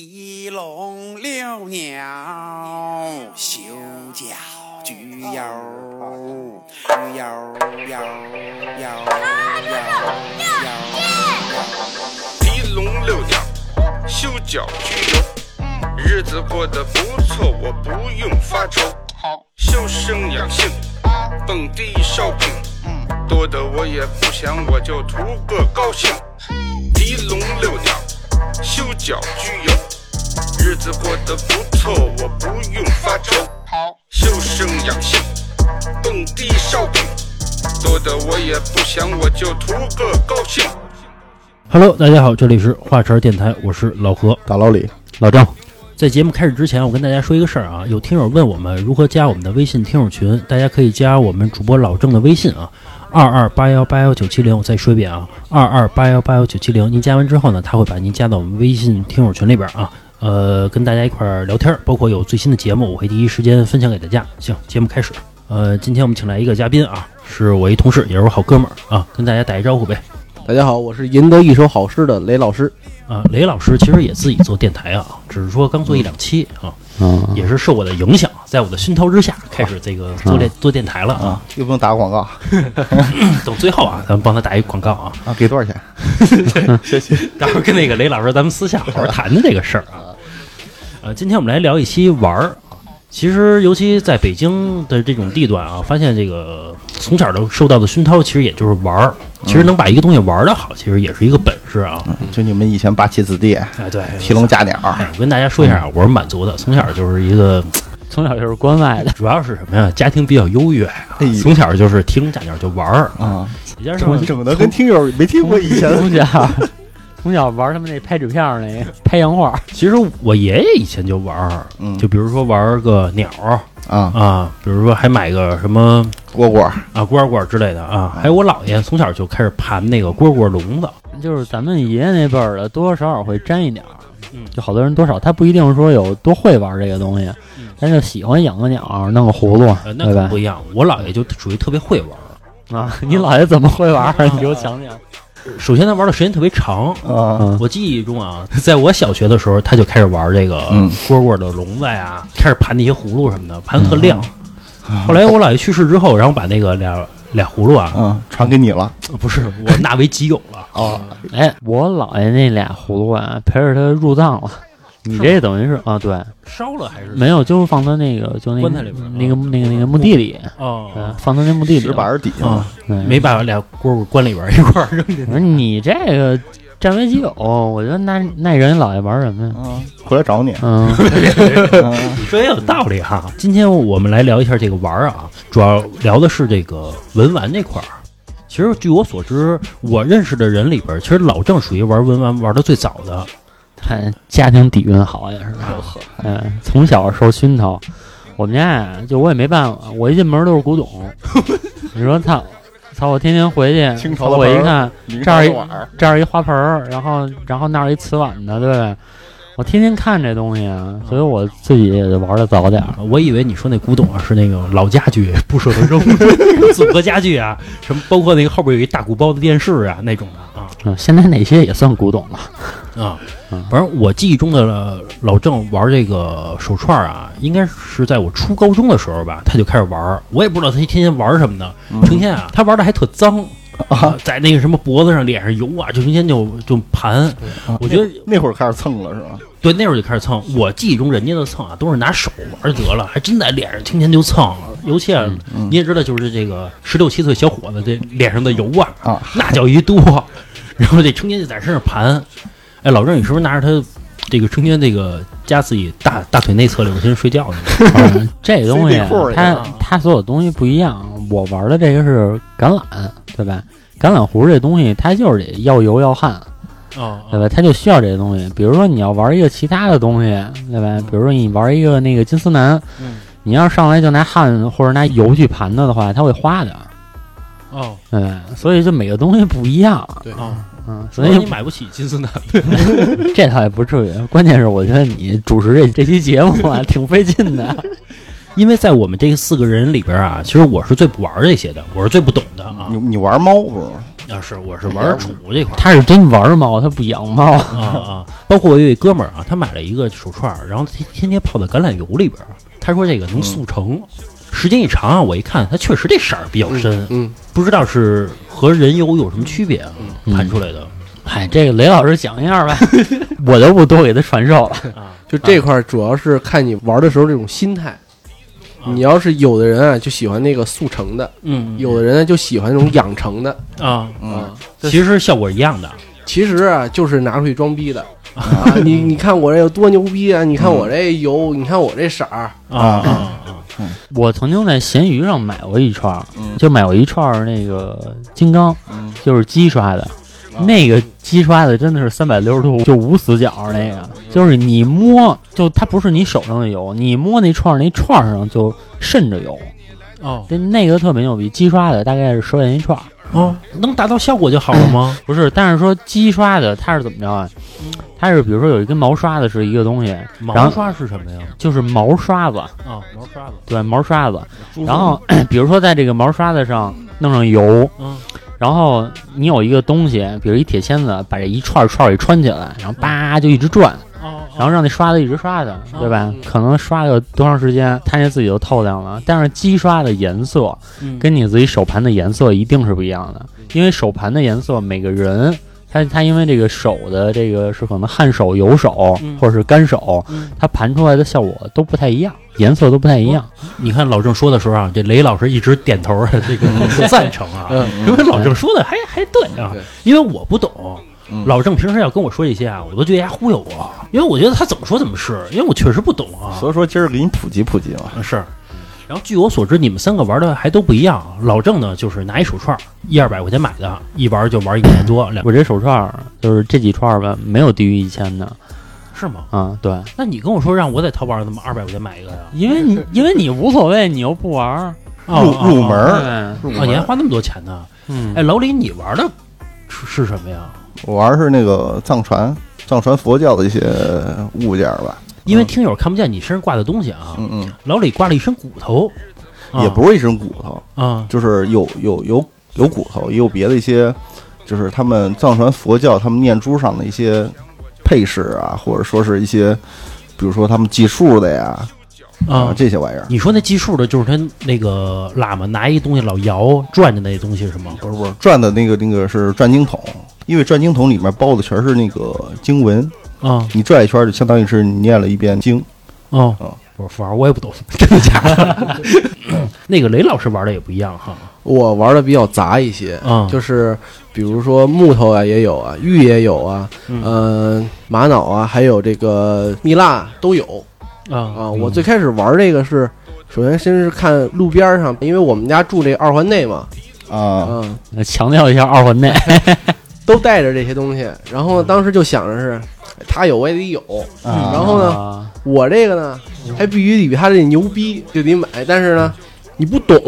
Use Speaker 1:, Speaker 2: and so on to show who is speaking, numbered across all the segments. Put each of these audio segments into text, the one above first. Speaker 1: 提笼遛鸟，修脚举腰，摇摇摇摇摇
Speaker 2: 提笼遛鸟，修脚居游，日子过得不错，我不用发愁。好，修身养性，蹦迪 shopping，多的我也不想，我就图个高兴。提笼遛鸟，修脚居游，日子过得不错，我不用发愁。好，修身养性，蹦迪 shopping，多的我也不想，我就图个高兴。
Speaker 3: Hello，大家好，这里是华晨电台，我是老何，
Speaker 4: 大老李，
Speaker 3: 老张。在节目开始之前，我跟大家说一个事儿啊，有听友问我们如何加我们的微信听友群，大家可以加我们主播老郑的微信啊，二二八幺八幺九七零。我再说一遍啊，二二八幺八幺九七零。您加完之后呢，他会把您加到我们微信听友群里边啊，呃，跟大家一块儿聊天儿，包括有最新的节目，我会第一时间分享给大家。行，节目开始。呃，今天我们请来一个嘉宾啊，是我一同事，也是我好哥们儿啊，跟大家打一招呼呗。
Speaker 4: 大家好，我是赢得一首好诗的雷老师。
Speaker 3: 啊，雷老师其实也自己做电台啊，只是说刚做一两期啊，
Speaker 4: 嗯，
Speaker 3: 也是受我的影响，在我的熏陶之下，开始这个做电、做电台了啊。
Speaker 4: 又不用打广告
Speaker 3: 等最后啊，咱们帮他打一广告啊，
Speaker 4: 啊，给多少钱？
Speaker 3: 待会儿跟那个雷老师咱们私下好好谈谈这个事儿啊。呃，今天我们来聊一期玩儿。啊其实，尤其在北京的这种地段啊，发现这个从小都受到的熏陶，其实也就是玩儿。其实能把一个东西玩得好，其实也是一个本事啊。
Speaker 4: 就你们以前八旗子弟，
Speaker 3: 哎，对，
Speaker 4: 披龙架鸟，
Speaker 3: 哎，我跟大家说一下，我是满族的，从小就是一个，
Speaker 5: 从小就是关外的，
Speaker 3: 主要是什么呀？家庭比较优越啊，
Speaker 4: 哎呦
Speaker 3: 从小就是提笼架鸟就玩儿
Speaker 4: 啊，
Speaker 3: 再加上
Speaker 4: 整的跟听友没听过以前
Speaker 5: 从小从小玩他们那拍纸片儿那个拍洋画儿，
Speaker 3: 其实我爷爷以前就玩儿，
Speaker 4: 嗯
Speaker 3: 就比如说玩儿个鸟儿
Speaker 4: 啊，
Speaker 3: 啊，比如说还买个什么
Speaker 4: 蝈蝈
Speaker 3: 啊蝈蝈之类的啊，
Speaker 4: 嗯
Speaker 3: 还有我姥爷从小就开始盘那个蝈蝈笼子，
Speaker 5: 就是咱们爷爷那辈儿的，多多少少会沾一点儿。
Speaker 3: 嗯
Speaker 5: 就好多人多少他不一定说有多会玩这个东西，
Speaker 6: 嗯
Speaker 5: 但是喜欢养个鸟儿，弄个葫芦，
Speaker 3: 呃，那
Speaker 5: 对
Speaker 3: 可
Speaker 5: 吧
Speaker 3: 不？一样，我姥爷就属于特别会玩儿。
Speaker 5: 啊， 你姥爷怎么会玩
Speaker 6: 啊
Speaker 5: 儿？你给我讲讲。
Speaker 3: 首先，他玩的时间特别长，
Speaker 4: 啊，
Speaker 3: 我记忆中啊，在我小学的时候，他就开始玩这个
Speaker 4: 嗯
Speaker 3: 蝈蝈的笼子呀，开始盘那些葫芦什么的，盘得特亮。后来我姥爷去世之后，然后把那个俩俩葫芦啊，
Speaker 4: 嗯，传给你了
Speaker 3: 不是我纳为己有 了。
Speaker 4: 哦，
Speaker 5: 哎，我姥爷那俩葫芦啊，陪着他入葬了。你
Speaker 3: 是
Speaker 5: 这等于是啊，对，
Speaker 3: 烧了还是
Speaker 5: 没有，就是放他那个，就那个
Speaker 3: 棺材里边儿
Speaker 5: 那个那个那个墓地里，嗯
Speaker 3: 哦，
Speaker 5: 放他那墓地
Speaker 4: 啊
Speaker 5: 里
Speaker 4: 石
Speaker 5: 了。
Speaker 4: 板儿底下
Speaker 3: 啊
Speaker 4: 了，
Speaker 5: 嗯
Speaker 3: 没把俩蝈蝈关里边儿一块儿扔进去。
Speaker 5: 我说你这个占为己有，我觉得那那人老爷玩什么呀？
Speaker 4: 嗯，回来找你，
Speaker 5: 嗯，
Speaker 4: 嗯
Speaker 3: 你 说也有道理哈。今天我们来聊一下这个玩儿啊，主要聊的是这个文玩这块儿。其实据我所知，我认识的人里边儿，其实老郑属于玩文玩玩的最早的。
Speaker 5: 看家庭底蕴好也是吧？
Speaker 4: 哦
Speaker 5: 嗯，从小受熏陶，我们家呀，就我也没办法，我一进门都是古董。 你说操，操！我天天回去
Speaker 4: 清，朝的
Speaker 5: 我一
Speaker 4: 盆儿
Speaker 5: 看
Speaker 4: 明
Speaker 5: 这儿
Speaker 4: 朝
Speaker 5: 一
Speaker 4: 的碗儿，
Speaker 5: 这儿一花盆儿，然后然后那儿一瓷碗的，对吧？我天天看这东西啊，所以我自己也玩的早点儿。
Speaker 3: 我以为你说那古董啊是那个老家具不舍得扔， 组合家具啊，什么包括那个后边有一大鼓包的电视啊那种的啊
Speaker 5: 嗯，现在哪些也算古董 了。
Speaker 3: 啊，反正我记忆中的老郑玩这个手串啊，应该是在我初高中的时候吧，他就开始玩儿，我也不知道他天天玩什么呢，成天啊他玩的还特脏。啊，在那个什么脖子上、脸上油啊，就成天就就盘。我觉得
Speaker 4: 那会儿开始蹭了是吧？
Speaker 3: 对那会儿就开始蹭。我记忆中人家的蹭啊，都是拿手玩得了，还真在脸上天天就蹭。尤其啊，你也知道，就是这个十六七岁小伙子这脸上的油啊，
Speaker 4: 啊
Speaker 3: 那叫一多，然后这成天就在身上盘。哎，老郑，你是不是拿着他这个成天这个夹自己大大腿内侧里边先睡觉呢？
Speaker 5: 嗯这东西
Speaker 4: CD 库儿也
Speaker 5: 它
Speaker 3: 有啊
Speaker 5: 它所有东西不一样。我玩的这个是橄榄，对吧？橄榄核这东西它就是得要油要汗，对
Speaker 3: 哦，
Speaker 5: 吧？它就需要这些东西。比如说你要玩一个其他的东西，对
Speaker 4: 嗯
Speaker 5: 吧？比如说你玩一个那个金丝楠，你要上来就拿汗或者拿油去盘它的话，它会花的，
Speaker 3: 哦
Speaker 5: 对吧？嗯所以就每个东西不一样，
Speaker 3: 哦，
Speaker 5: 嗯，所
Speaker 3: 所以
Speaker 5: 以
Speaker 3: 你买不起金丝楠。
Speaker 5: 这倒也不至于。关键是我觉得你主持这这期节目啊，挺费劲的。
Speaker 3: 因为在我
Speaker 4: 嗯
Speaker 3: 们这四个人里边啊，其实我是最不玩这些的，我是最不懂的啊。
Speaker 4: 你你玩猫不是？
Speaker 3: 啊，是我是玩宠物这块儿
Speaker 5: 他是真玩猫，他不养猫。
Speaker 3: 啊啊，包括我有一哥们儿啊，他买了一个手串儿，然后天天天泡在橄榄油里边儿，啊他说这个能速成。时间一长啊，我一看，它确实这色儿比较深，
Speaker 6: 嗯，
Speaker 3: 不知道是和人油有什么区别啊，盘出来的。
Speaker 5: 哎，这个雷老师讲一下 呗，我就不多给他传授了。
Speaker 6: 就这块儿主要是看你玩的时候这种心态。
Speaker 5: 啊
Speaker 6: 你要是有的人啊，就喜欢那个速成的；
Speaker 3: 嗯
Speaker 6: 有的人呢，就喜欢那种养成的。
Speaker 3: 啊，
Speaker 6: 啊，
Speaker 3: 其实效果一样的。
Speaker 6: 其实啊，就是拿出去装逼的。啊，你你看我这有多牛逼啊！你看我这油，你看我这色儿，
Speaker 3: 啊
Speaker 4: 啊
Speaker 3: 啊
Speaker 5: 我曾经在闲鱼上买过一串儿，就买过一串儿那个金刚，就是鸡刷的。那个鸡刷的真的是三百六十度就无死角儿那个，就是你摸就它不是你手上的油，你摸那串儿那串儿上就渗着油，
Speaker 3: 哦
Speaker 5: 那那个特别牛逼。鸡刷的大概是十块钱一串儿，
Speaker 3: 哦，能达到效果就好了 吗？
Speaker 5: 不是，但是说鸡刷的它是怎么着啊？它是比如说有一根毛刷子是一个东西，然
Speaker 3: 毛
Speaker 5: 后
Speaker 3: 刷是什么呀？
Speaker 5: 就是毛刷子，
Speaker 3: 啊，毛刷子。
Speaker 5: 对，毛刷子。
Speaker 3: 猪
Speaker 5: 然后 比如说在这个毛刷子上弄上油，
Speaker 3: 嗯，
Speaker 5: 然后你有一个东西，比如一铁签子，把这一串儿串儿给穿起来，然后叭就一直转，
Speaker 3: 嗯哦
Speaker 5: 然后让那刷子一直刷它，对吧？可能刷个多长时间，它那自己就透亮了。但是鸡刷的颜色
Speaker 3: 嗯
Speaker 5: 跟你自己手盘的颜色一定是不一样的，因为手盘的颜色每个人。他他因为这个手的这个是可能汗手、油手
Speaker 3: 嗯
Speaker 5: 或者是干手
Speaker 3: 嗯，
Speaker 5: 它盘出来的效果都不太一样，颜色都不太一样。
Speaker 3: 你看老郑说的时候啊，这雷老师一直点头儿， 这个
Speaker 4: 嗯
Speaker 3: 不赞成啊，因为老郑说的还还对啊
Speaker 6: 对，
Speaker 3: 因为我不懂。
Speaker 4: 嗯
Speaker 3: 老郑平时要跟我说一些啊，我都觉得他忽悠我，因为我觉得他怎么说怎么是，因为我确实不懂啊。嗯
Speaker 4: 所以说今儿给你普及普及嘛，
Speaker 3: 是。然后据我所知，你们三个玩的还都不一样。老郑呢，就是拿一手串儿，一二百块钱买的，一玩就玩一个年多，两
Speaker 4: 嗯
Speaker 5: 我这手串儿就是这几串儿吧，没有低于一千的
Speaker 3: 是吗？
Speaker 5: 啊。对，
Speaker 3: 那你跟我说让我在淘宝上怎么二百块钱买一个呀？
Speaker 5: 因为你因为你无所谓，你又不玩儿。
Speaker 4: 入
Speaker 3: 哦
Speaker 4: 入门
Speaker 3: 哦
Speaker 4: 儿，
Speaker 5: 对，
Speaker 3: 哦，你还花那么多钱呢？
Speaker 5: 嗯，
Speaker 3: 哎，老李，你玩的是是什么呀？
Speaker 4: 我玩的是那个藏传藏传佛教的一些物件儿吧，
Speaker 3: 因为听友看不见你身上挂的东西啊，
Speaker 4: 嗯嗯，
Speaker 3: 老李挂了一身骨头，啊
Speaker 4: 也不是一身骨头，
Speaker 3: 啊，
Speaker 4: 就是有有有有骨头，也有别的一些，就是他们藏传佛教他们念珠上的一些配饰啊，或者说是一些，比如说他们计数的呀
Speaker 3: 啊
Speaker 4: 这些玩意儿。
Speaker 3: 你说那计数的，就是他那个喇嘛拿一东西老摇转着那东西是吗？
Speaker 4: 不是不是，转的那个那个是转经筒，因为转经筒里面包的全是那个经文，
Speaker 3: 啊
Speaker 4: 你转一圈就相当于是你念了一遍经。
Speaker 3: 哦
Speaker 4: 哦，
Speaker 3: 不是富儿，我也不懂， 真的假的？ 那个雷老师玩的也不一样哈，
Speaker 6: 我玩的比较杂一些，
Speaker 3: 啊
Speaker 6: 就是比如说木头啊也有啊，玉也有啊，
Speaker 3: 嗯
Speaker 6: 呃，玛瑙啊，还有这个蜜蜡都有
Speaker 3: 啊
Speaker 6: 啊。我最开始玩这个是，首先先是看路边上，因为我们家住这二环内嘛，
Speaker 4: 啊，
Speaker 6: 嗯，
Speaker 5: 强调一下二环 内，
Speaker 6: 都带着这些东西。然后当时就想着是，哎他有我也得有，
Speaker 4: 啊
Speaker 6: 嗯然后呢，
Speaker 5: 啊
Speaker 6: 我这个呢还必须得比他这牛逼，就得买。但是呢，你不懂，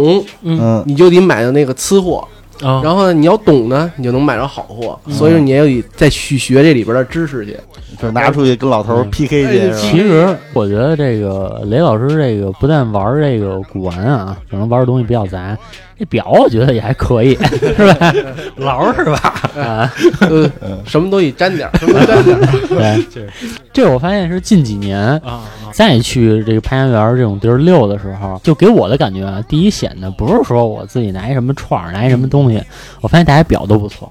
Speaker 4: 嗯，
Speaker 6: 你就得买到那个次货。
Speaker 5: 哦
Speaker 3: 啊，
Speaker 6: 然后呢，你要懂呢，你就能买着好货。
Speaker 3: 嗯
Speaker 6: 所以说，你也得再去学这里边的知识去。
Speaker 4: 就拿出去跟老头儿 PK 去
Speaker 6: 哎
Speaker 4: 是吧，
Speaker 5: 其实我觉得这个雷老师这个不但玩这个古玩啊，可能玩的东西比较杂。这表我觉得也还可 以，是吧？
Speaker 3: 老是吧？
Speaker 5: 啊，
Speaker 6: 呃，什么都得 沾点儿，什么都沾点儿。
Speaker 5: 对，这我发现是近几年
Speaker 3: 啊啊
Speaker 5: 再去这个潘家园这种地儿溜的时候，就给我的感觉啊，第一显得不是说我自己拿一什么串儿，拿一什么东西，我发现大家表都不错，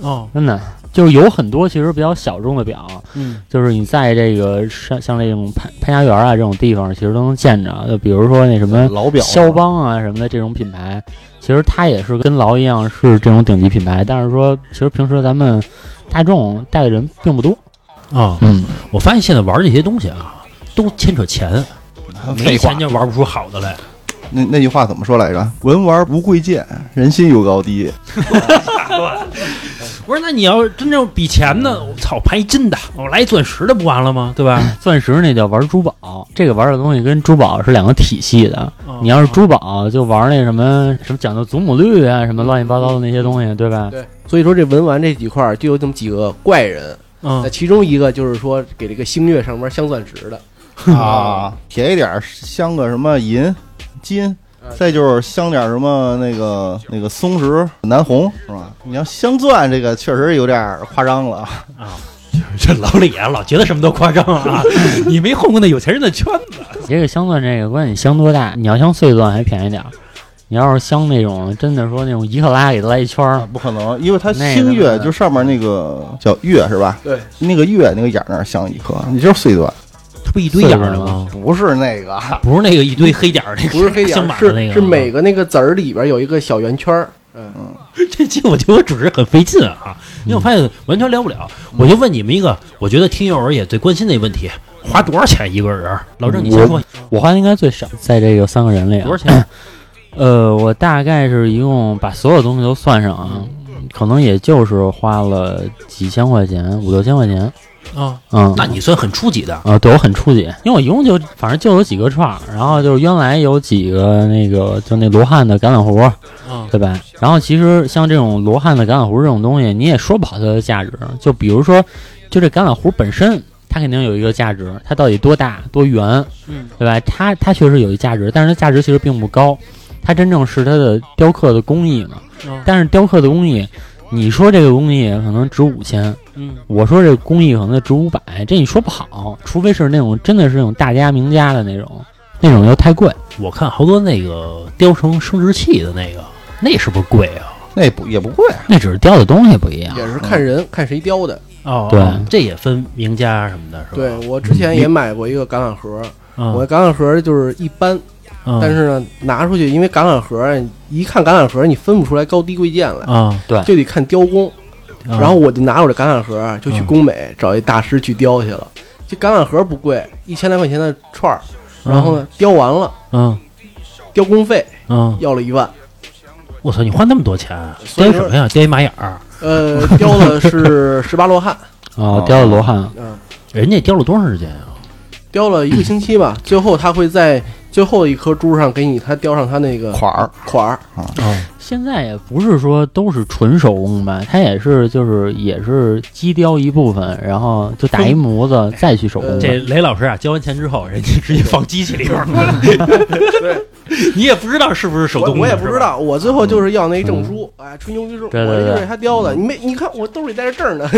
Speaker 3: 哦，
Speaker 5: 真的就是有很多其实比较小众的表，
Speaker 3: 嗯
Speaker 5: 就是你在这个像像这种潘潘家园啊这种地方，其实都能见着，就比如说那什么
Speaker 4: 老表
Speaker 5: 肖邦啊什么的这种品牌，其实它也是跟劳一样是这种顶级品牌，但是说其实平时咱们大众带的人并不多，
Speaker 3: 啊，
Speaker 5: 嗯，
Speaker 3: 我发现现在玩这些东西啊，都牵扯钱，没
Speaker 4: 废话
Speaker 3: 钱，就玩不出好的来。
Speaker 4: 那那句话怎么说来着？文玩无贵贱，人心有高低。
Speaker 3: 不是，那你要真正比钱呢？我操，盘一金的，我来一钻石的不完了吗？对吧？
Speaker 5: 钻石那叫玩珠宝，这个玩的东西跟珠宝是两个体系的。
Speaker 6: 哦
Speaker 3: 哦
Speaker 5: 你要是珠宝，就玩那什么什么讲究祖母绿啊，什么乱七八糟的那些东西，对吧？
Speaker 6: 对，所以说这文玩这几块儿就有这么几个怪人，那
Speaker 3: 嗯
Speaker 6: 其中一个就是说给这个星月上面镶钻石的，
Speaker 4: 啊，便宜点儿镶个什么银、金，再就是镶点什么那个那个松石南红是吧？你要镶钻这个确实有点夸张了，
Speaker 3: 这老李啊，老觉得什么都夸张 啊！你没混过那有钱人的圈子，
Speaker 5: 你这个镶钻这个，关键你镶多大，你要镶碎钻还便宜点儿，你要是镶那种真的说那种一克拉给它来一圈
Speaker 3: 啊
Speaker 5: 儿，
Speaker 4: 不可能，因为它
Speaker 5: 那
Speaker 4: 星
Speaker 5: 个
Speaker 4: 月就上面那个叫月是吧？
Speaker 6: 对，
Speaker 4: 那个月那个眼儿那儿镶一颗，你就是碎钻，
Speaker 3: 它不一堆眼儿的吗？
Speaker 4: 不是那个。
Speaker 3: 不是那个一堆黑点儿那个，
Speaker 6: 不是 黑眼
Speaker 3: 镶
Speaker 6: 儿，
Speaker 3: 满的那
Speaker 6: 是
Speaker 3: 个，
Speaker 6: 是每个那个籽儿里边有一个小圆圈儿。嗯，
Speaker 3: 这期我觉得我主持很费劲啊，因为我发现完全聊不了。
Speaker 6: 嗯
Speaker 3: 我就问你们一个，我觉得听友也最关心的一个问题：花多少钱一个人儿？老郑，你先说
Speaker 5: 我花的应该最少，在这个三个人里、啊
Speaker 3: 多少？ 钱？
Speaker 5: 呃，我大概是一共把所有东西都算上啊，可能也就是花了几千块钱，五六千块钱。
Speaker 3: 啊，
Speaker 5: 嗯，
Speaker 3: 那你算很初级的。
Speaker 5: 啊，对我很初级，因为我一共就反正就有几个串儿，然后就是原来有几个那个就那罗汉的橄榄核，
Speaker 3: 嗯
Speaker 5: 对吧？然后其实像这种罗汉的橄榄核这种东西，你也说不好它的价值。就比如说，就这橄榄核本身，它肯定有一个价值，它到底多大多圆，
Speaker 3: 嗯，
Speaker 5: 对吧？它它确实有一价值，但是它价值其实并不高。它真正是它的雕刻的工艺嘛，
Speaker 3: 嗯
Speaker 5: 但是雕刻的工艺，你说这个工艺可能值五千，
Speaker 3: 嗯
Speaker 5: 我说这工艺可能值五百，这你说不好，除非是那种真的是那种大家名家的那种，那种又太贵。
Speaker 3: 我看好多那个雕成生殖器的那个，那是不是贵啊？
Speaker 4: 那不也不贵，
Speaker 5: 那只是雕的东西不一样。
Speaker 6: 也是看人看谁雕的。
Speaker 3: 哦
Speaker 5: 对
Speaker 3: 哦这也分名家什么的，是吧？
Speaker 6: 对我之前也买过一个橄榄核，
Speaker 3: 嗯，
Speaker 6: 我橄榄核就是一般，
Speaker 3: 嗯
Speaker 6: 但是呢拿出去，因为橄榄核一看橄榄核你分不出来高低贵贱来，
Speaker 3: 啊，
Speaker 6: 就得看雕工。
Speaker 3: 啊
Speaker 6: 然后我就拿我这橄榄核就去工美找一大师去雕去了。这橄榄核不贵，一千来块钱的串儿，然后呢雕完了，
Speaker 3: 嗯
Speaker 6: 雕工费
Speaker 3: 嗯，
Speaker 6: 要了一万，
Speaker 3: 我操，你花那么多钱，
Speaker 6: 所
Speaker 3: 雕
Speaker 6: 以
Speaker 3: 什
Speaker 6: 说
Speaker 3: 么呀？雕一马眼儿，
Speaker 6: 呃，雕的是十八罗汉，
Speaker 5: 啊，雕的罗汉，
Speaker 6: 嗯，
Speaker 3: 人家雕了多长时间啊？
Speaker 6: 雕了一个星期吧，最后他会在最后一颗珠上给你他雕上他那个
Speaker 4: 款儿
Speaker 6: 款儿，
Speaker 5: 现在也不是说都是纯手工吧，它也是就是也是机雕一部分，然后就打一模子再去手工。
Speaker 6: 呃
Speaker 3: 这雷老师啊，交完钱之后，人家直接放机器里边儿 了。你也不知道是不是手
Speaker 6: 我
Speaker 3: 动的，
Speaker 6: 我也不知
Speaker 3: 是吧。
Speaker 6: 道，我最后就是要那证书，哎，吹牛逼说，我
Speaker 5: 对对
Speaker 6: 这
Speaker 5: 对
Speaker 6: 就是他雕的，你没你看我兜里带着证呢，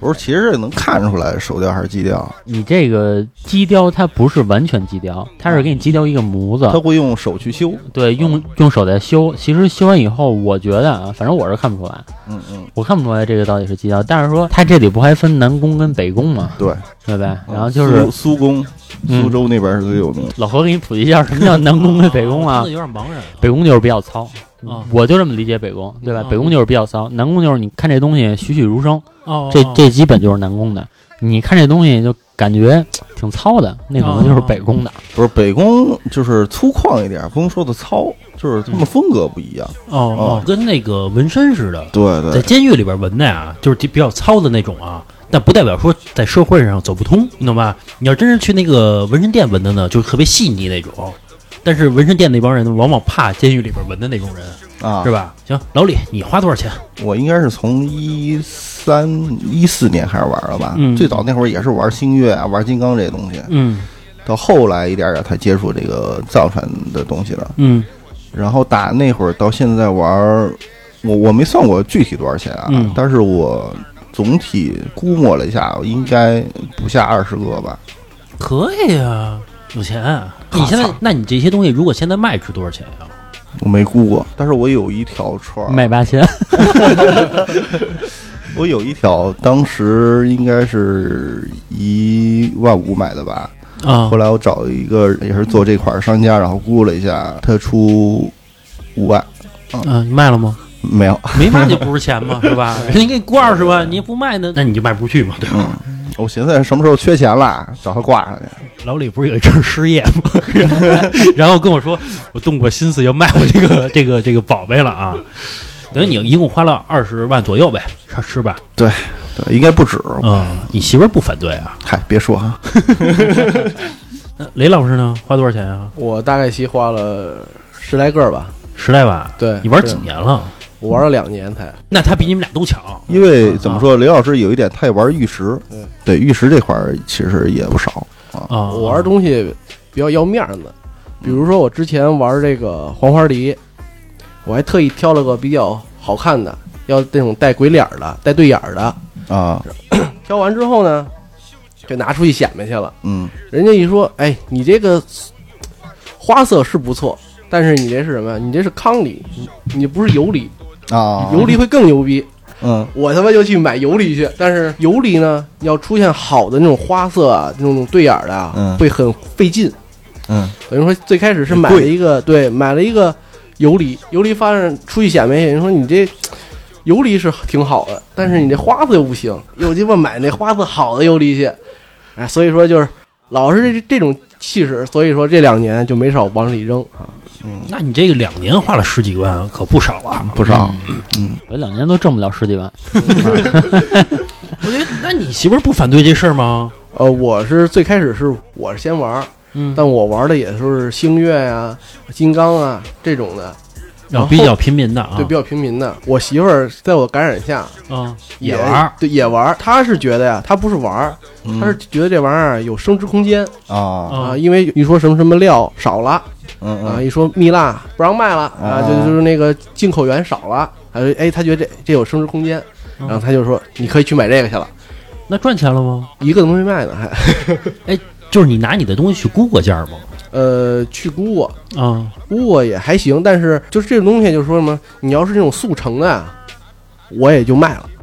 Speaker 4: 不是，其实这能看出来手雕还是机雕，
Speaker 5: 你这个机雕它不是完全机雕，它是给你机雕一个模子
Speaker 4: 他，会用手去修。
Speaker 5: 对，用用手在修。其实修完以后，我觉得啊，反正我是看不出来，
Speaker 4: 嗯嗯，
Speaker 5: 我看不出来这个到底是机雕。但是说 它这里不还分南宫跟北宫吗？
Speaker 4: 对。
Speaker 5: 对吧？
Speaker 4: 嗯
Speaker 5: 然后就是
Speaker 4: 苏苏宫，
Speaker 5: 嗯
Speaker 4: 苏州那边是最有名的。
Speaker 5: 老何给你普及一下什么叫南宫跟北宫
Speaker 3: 真
Speaker 5: 啊
Speaker 3: 的？有点茫然啊。
Speaker 5: 北宫就是比较糙
Speaker 3: 啊，
Speaker 5: 我就这么理解北宫，对吧？
Speaker 3: 嗯
Speaker 5: 北宫就是比较糙，南宫就是你看这东西栩栩如生，
Speaker 3: 哦
Speaker 5: 这这基本就是南宫的。你看这东西就感觉挺糙的，那可能就是北宫的。
Speaker 4: 不是北宫，就是粗犷一点，不能说的糙，就是他们风格不一样。
Speaker 3: 哦哦，跟那个纹身似的，
Speaker 4: 对
Speaker 3: 在
Speaker 4: 对，
Speaker 3: 监狱里边纹的呀，就是比较糙的那种啊，但不代表说在社会上走不通，你懂吧？你要真是去那个纹身店纹的呢，就特别细腻那种。但是纹身店那帮人呢往往怕监狱里边纹的那种人，
Speaker 4: 啊
Speaker 3: 是，吧？行，老李，你花多少钱？
Speaker 4: 我应该是从一三一四年开始玩了吧
Speaker 3: 嗯。
Speaker 4: 最早那会儿也是玩星月啊，玩金刚这些东西，
Speaker 3: 嗯
Speaker 4: 到后来一点点才接触这个藏传的东西了。
Speaker 3: 嗯
Speaker 4: 然后打那会儿到现在玩儿，我我没算过具体多少钱啊，
Speaker 3: 嗯
Speaker 4: 但是我总体估摸了一下，应该不下二十个吧。
Speaker 3: 可以啊，有钱啊。你现在，那你这些东西如果现在卖值多少钱呀、
Speaker 4: 我没估过，但是我有一条串儿，
Speaker 5: 卖八千，
Speaker 4: 我有一条，当时应该是一万五买的吧。
Speaker 3: 啊
Speaker 4: 后来我找一个也是做这块儿商家，然后估了一下，他出五万，
Speaker 3: 嗯，你卖了吗？
Speaker 4: 没有，
Speaker 3: 没卖就不是钱嘛，是吧？ 人家给你估二十万，你不卖呢，那你就卖不出去嘛，对吧？
Speaker 4: 我寻思什么时候缺钱了，找他挂上去。
Speaker 3: 老李不是有一阵儿失业 吗？然后跟我说，我动过心思要卖我这 个这个这个宝贝了啊。等于你一共花了二十万左右呗，是是吧？
Speaker 4: 对，对，应该不止。
Speaker 3: 嗯，你媳妇儿不反对啊？
Speaker 4: 嗨，别说哈，
Speaker 3: 那雷老师呢？花多少钱啊？
Speaker 6: 我大概其花了十来个吧，
Speaker 3: 十来万。
Speaker 6: 对
Speaker 3: 你玩
Speaker 6: 是
Speaker 3: 几啊年了？
Speaker 6: 我玩了两年才，
Speaker 3: 那他比你们俩都强。
Speaker 4: 因为怎么说，雷老师有一点，他也玩玉石，对玉石这块儿其实也不少。
Speaker 3: 啊，
Speaker 6: 我玩东西比较要面子，比如说我之前玩这个黄花梨，我还特意挑了个比较好看的，要那种带鬼脸儿的、带对眼儿的。
Speaker 4: 啊，
Speaker 6: 挑完之后呢，就拿出去显摆去了。
Speaker 4: 嗯
Speaker 6: 人家一说，哎，你这个花色是不错，但是你这是什么呀？你这是康梨，你你不是游梨，
Speaker 4: 啊，
Speaker 6: 游梨会更牛逼。
Speaker 4: 嗯
Speaker 6: 我他妈就去买游梨去，但是游梨呢，要出现好的那种花色啊，那种对眼儿的啊，
Speaker 4: 嗯
Speaker 6: 会很费劲。
Speaker 4: 嗯
Speaker 6: 等于说最开始是买了一个，对，买了一个游梨，游梨发现出去显摆，人家说你这游梨是挺好的，但是你这花色又不行，又鸡巴买那花色好的游梨去，哎，所以说就是老是这这种气势，所以说这两年就没少往里扔啊。
Speaker 3: 那你这个两年花了十几万，可不少啊了。
Speaker 4: 不少，
Speaker 5: 我两年都挣不了十几万，
Speaker 3: 不对，那你媳妇儿不反对这事儿吗？
Speaker 6: 呃，我是最开始是我是先玩儿，
Speaker 5: 嗯
Speaker 6: 但我玩的也就是星月呀、金刚啊这种的，
Speaker 3: 要
Speaker 6: 然后
Speaker 3: 比较平民的啊，
Speaker 6: 对，比较平民的。我媳妇儿在我感染下
Speaker 3: 啊，
Speaker 6: 也
Speaker 3: 玩儿，
Speaker 6: 对，也玩儿。她是觉得呀，她不是玩儿，
Speaker 4: 嗯
Speaker 6: 她是觉得这玩意儿有升值空间
Speaker 4: 啊，
Speaker 6: 啊，
Speaker 3: 啊
Speaker 6: 因为一说什么什么料少了
Speaker 4: 嗯
Speaker 6: 啊，
Speaker 4: 嗯
Speaker 6: 一说蜜蜡不让卖了啊，就就是那个进口源少了，她说哎，她觉得这这有升值空间，然后她就说你可以去买这个去了，
Speaker 3: 那赚钱了吗？
Speaker 6: 一个都没卖呢，还
Speaker 3: 就是你拿你的东西去估过价吗？
Speaker 6: 呃去估过，
Speaker 3: 啊，
Speaker 6: 估过也还行，但是就是这种东西，就是说什么，你要是那种速成的啊，我也就卖了。
Speaker 4: 啊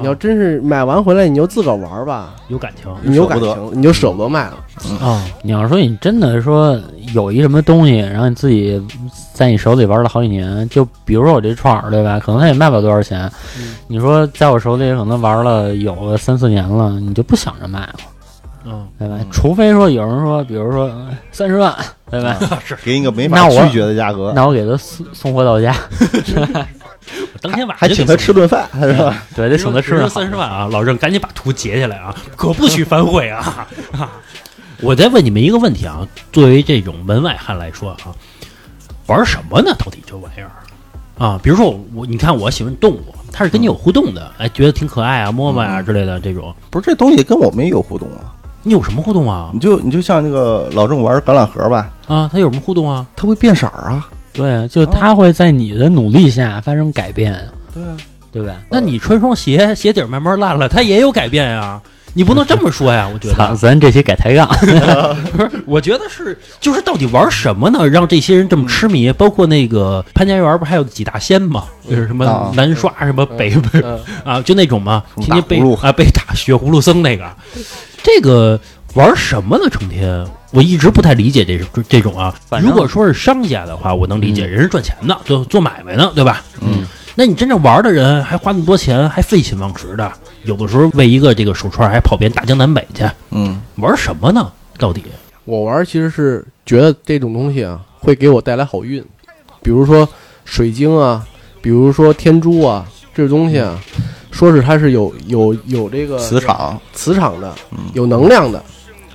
Speaker 6: 你要真是买完回来，你就自个儿玩儿吧，
Speaker 3: 有感情
Speaker 6: 你有感
Speaker 4: 舍
Speaker 6: 情，你就舍不得卖了。
Speaker 3: 啊，
Speaker 5: 你要说你真的说有一什么东西，然后你自己在你手里玩了好几年，就比如说我这串儿，对吧？可能它也卖不了多少钱。
Speaker 3: 嗯
Speaker 5: 你说在我手里可能玩了有个三四年了，你就不想着卖了，
Speaker 3: 嗯，
Speaker 5: 对吧？除非说有人说，比如说哎三十万，对吧？
Speaker 4: 给你个没
Speaker 5: 那
Speaker 4: 法
Speaker 5: 我
Speaker 4: 拒绝的价
Speaker 3: 嗯
Speaker 4: 格，
Speaker 5: 那我给他送送 货到家，
Speaker 3: 当天晚上
Speaker 4: 还请他吃顿饭，是吧？
Speaker 5: 对，得请他吃
Speaker 3: 了
Speaker 5: 上。
Speaker 3: 三十万啊！老郑，赶紧把图截下来啊，可不许反悔啊！ 我再问你们一个问题啊，作为这种门外汉来说啊，玩什么呢？到底这玩意儿啊，比如说我，我你看我喜欢动物，它是跟你有互动的，哎，觉得挺可爱啊，摸摸啊之类的这种，
Speaker 4: 不是这东西跟我们也有互动啊，
Speaker 3: 你有什么互动啊
Speaker 4: 你？就你就像那个老郑玩橄榄核吧，
Speaker 3: 啊，它有什么互动啊？
Speaker 4: 它会变色儿啊，
Speaker 5: 对，就他会在你的努力下发生改变，
Speaker 4: 对啊，
Speaker 5: 对吧？
Speaker 3: 那你穿双鞋，鞋底儿慢慢烂了，它也有改变呀、你不能这么说呀，我觉
Speaker 5: 咱
Speaker 3: 得，
Speaker 5: 咱这期改抬杠，
Speaker 3: 我觉得是，就是到底玩什么呢，让这些人这么痴迷？包括那个潘家园不还有几大仙嘛，就是什么
Speaker 4: 啊
Speaker 3: 南刷什么北北
Speaker 6: 嗯，
Speaker 3: 啊，就那种嘛，
Speaker 4: 嗯
Speaker 3: 天天被
Speaker 4: 打葫芦
Speaker 3: 啊被打血葫芦僧那个，这个玩什么呢？成天，我一直不太理解这种这种啊。
Speaker 5: 反正
Speaker 3: 如果说是商家的话，我能理解，人是赚钱的，做做买卖呢，对吧？嗯。那你真正玩的人，还花那么多钱，还废寝忘食的，有的时候为一个这个手串还跑遍大江南北去，
Speaker 4: 嗯
Speaker 3: 玩什么呢？到底
Speaker 6: 我玩儿其实是觉得这种东西啊，会给我带来好运，比如说水晶啊，比如说天珠啊，这东西啊，说是它是有有有这个
Speaker 4: 磁场，
Speaker 6: 磁场的
Speaker 4: 嗯，
Speaker 6: 有能量的，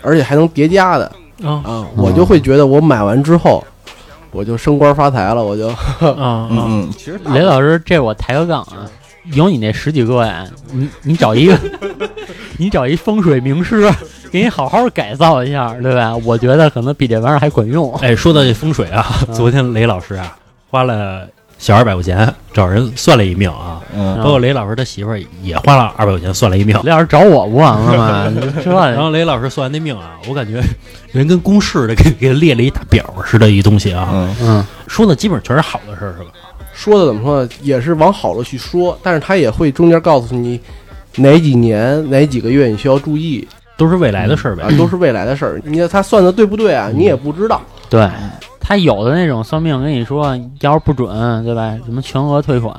Speaker 6: 而且还能叠加的。
Speaker 3: 啊
Speaker 6: 啊，我就会觉得我买完之后，我就升官发财了，我就
Speaker 3: 啊啊！
Speaker 4: 嗯嗯，其实
Speaker 5: 雷老师，这我抬个杠啊，有你那十几个呀，你你找一个， 你找一风水名师，给你好好改造一下，对吧？我觉得可能比这玩意儿还管用。
Speaker 3: 哎，说到这风水啊，昨天雷老师啊花了小二百块钱找人算了一命啊，
Speaker 4: 嗯
Speaker 3: 包括雷老师他媳妇儿也花了二百块钱算了一命。
Speaker 5: 雷老师找我不完了吗？
Speaker 3: 然
Speaker 5: 这
Speaker 3: 后雷老师算完那命啊，我感觉人跟公式的给 给列了一大表似的，一东西啊，
Speaker 4: 嗯
Speaker 5: 嗯，
Speaker 3: 说的基本全是好的事儿，是吧？
Speaker 6: 说的怎么说呢，也是往好了去说，但是他也会中间告诉你哪几年、哪几个月你需要注意
Speaker 3: 都是未来的事儿呗
Speaker 6: 啊。，都是未来的事儿。你看他算的对不对啊？
Speaker 3: 嗯
Speaker 6: 你也不知道。
Speaker 5: 对。他有的那种算命跟你说，要是不准，对吧？什么全额退款，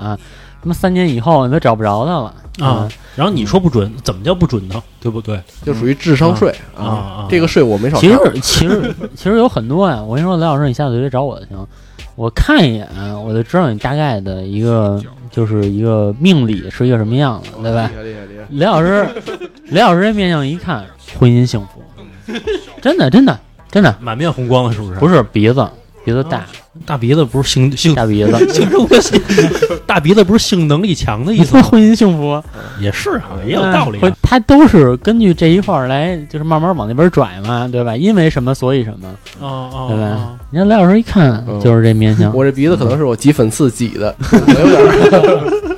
Speaker 5: 什么三年以后你都找不着他了嗯
Speaker 3: 啊。然后你说不准，怎么叫不准呢？对不对？
Speaker 6: 就属于智商税
Speaker 3: 啊啊
Speaker 6: 这个税我没少
Speaker 5: 其
Speaker 6: 交。
Speaker 5: 实其实 其实有很多呀，我跟你说，雷老师，你下次直接找我就行。我看一眼，我就知道你大概的一个就是一个命理是一个什么样子，对吧？
Speaker 6: 厉害厉害厉害！
Speaker 5: 雷老师，雷老师这面相一看，
Speaker 3: 嗯
Speaker 5: 婚姻幸福，真的真的真的
Speaker 3: 满面红光了，是不是？
Speaker 5: 不
Speaker 3: 是，
Speaker 5: 是鼻子，鼻子
Speaker 3: 啊
Speaker 5: 大，
Speaker 3: 大鼻子不是性性
Speaker 5: 大鼻子，
Speaker 3: 性生活性， 大鼻子不是性能力强的意
Speaker 5: 你
Speaker 3: 思
Speaker 5: 说
Speaker 3: 吗？
Speaker 5: 婚姻幸福
Speaker 3: 也是啊，也有道理啊、
Speaker 5: 嗯会他都是根据这一块儿来，就是慢慢往那边拽嘛，对吧？因为什么，所以什么，
Speaker 3: 哦哦
Speaker 5: 对吧
Speaker 3: 哦，？
Speaker 5: 你看赖老师一看
Speaker 6: 嗯
Speaker 5: 就是这面相，
Speaker 6: 我这鼻子可能是我挤粉刺挤的，我有点儿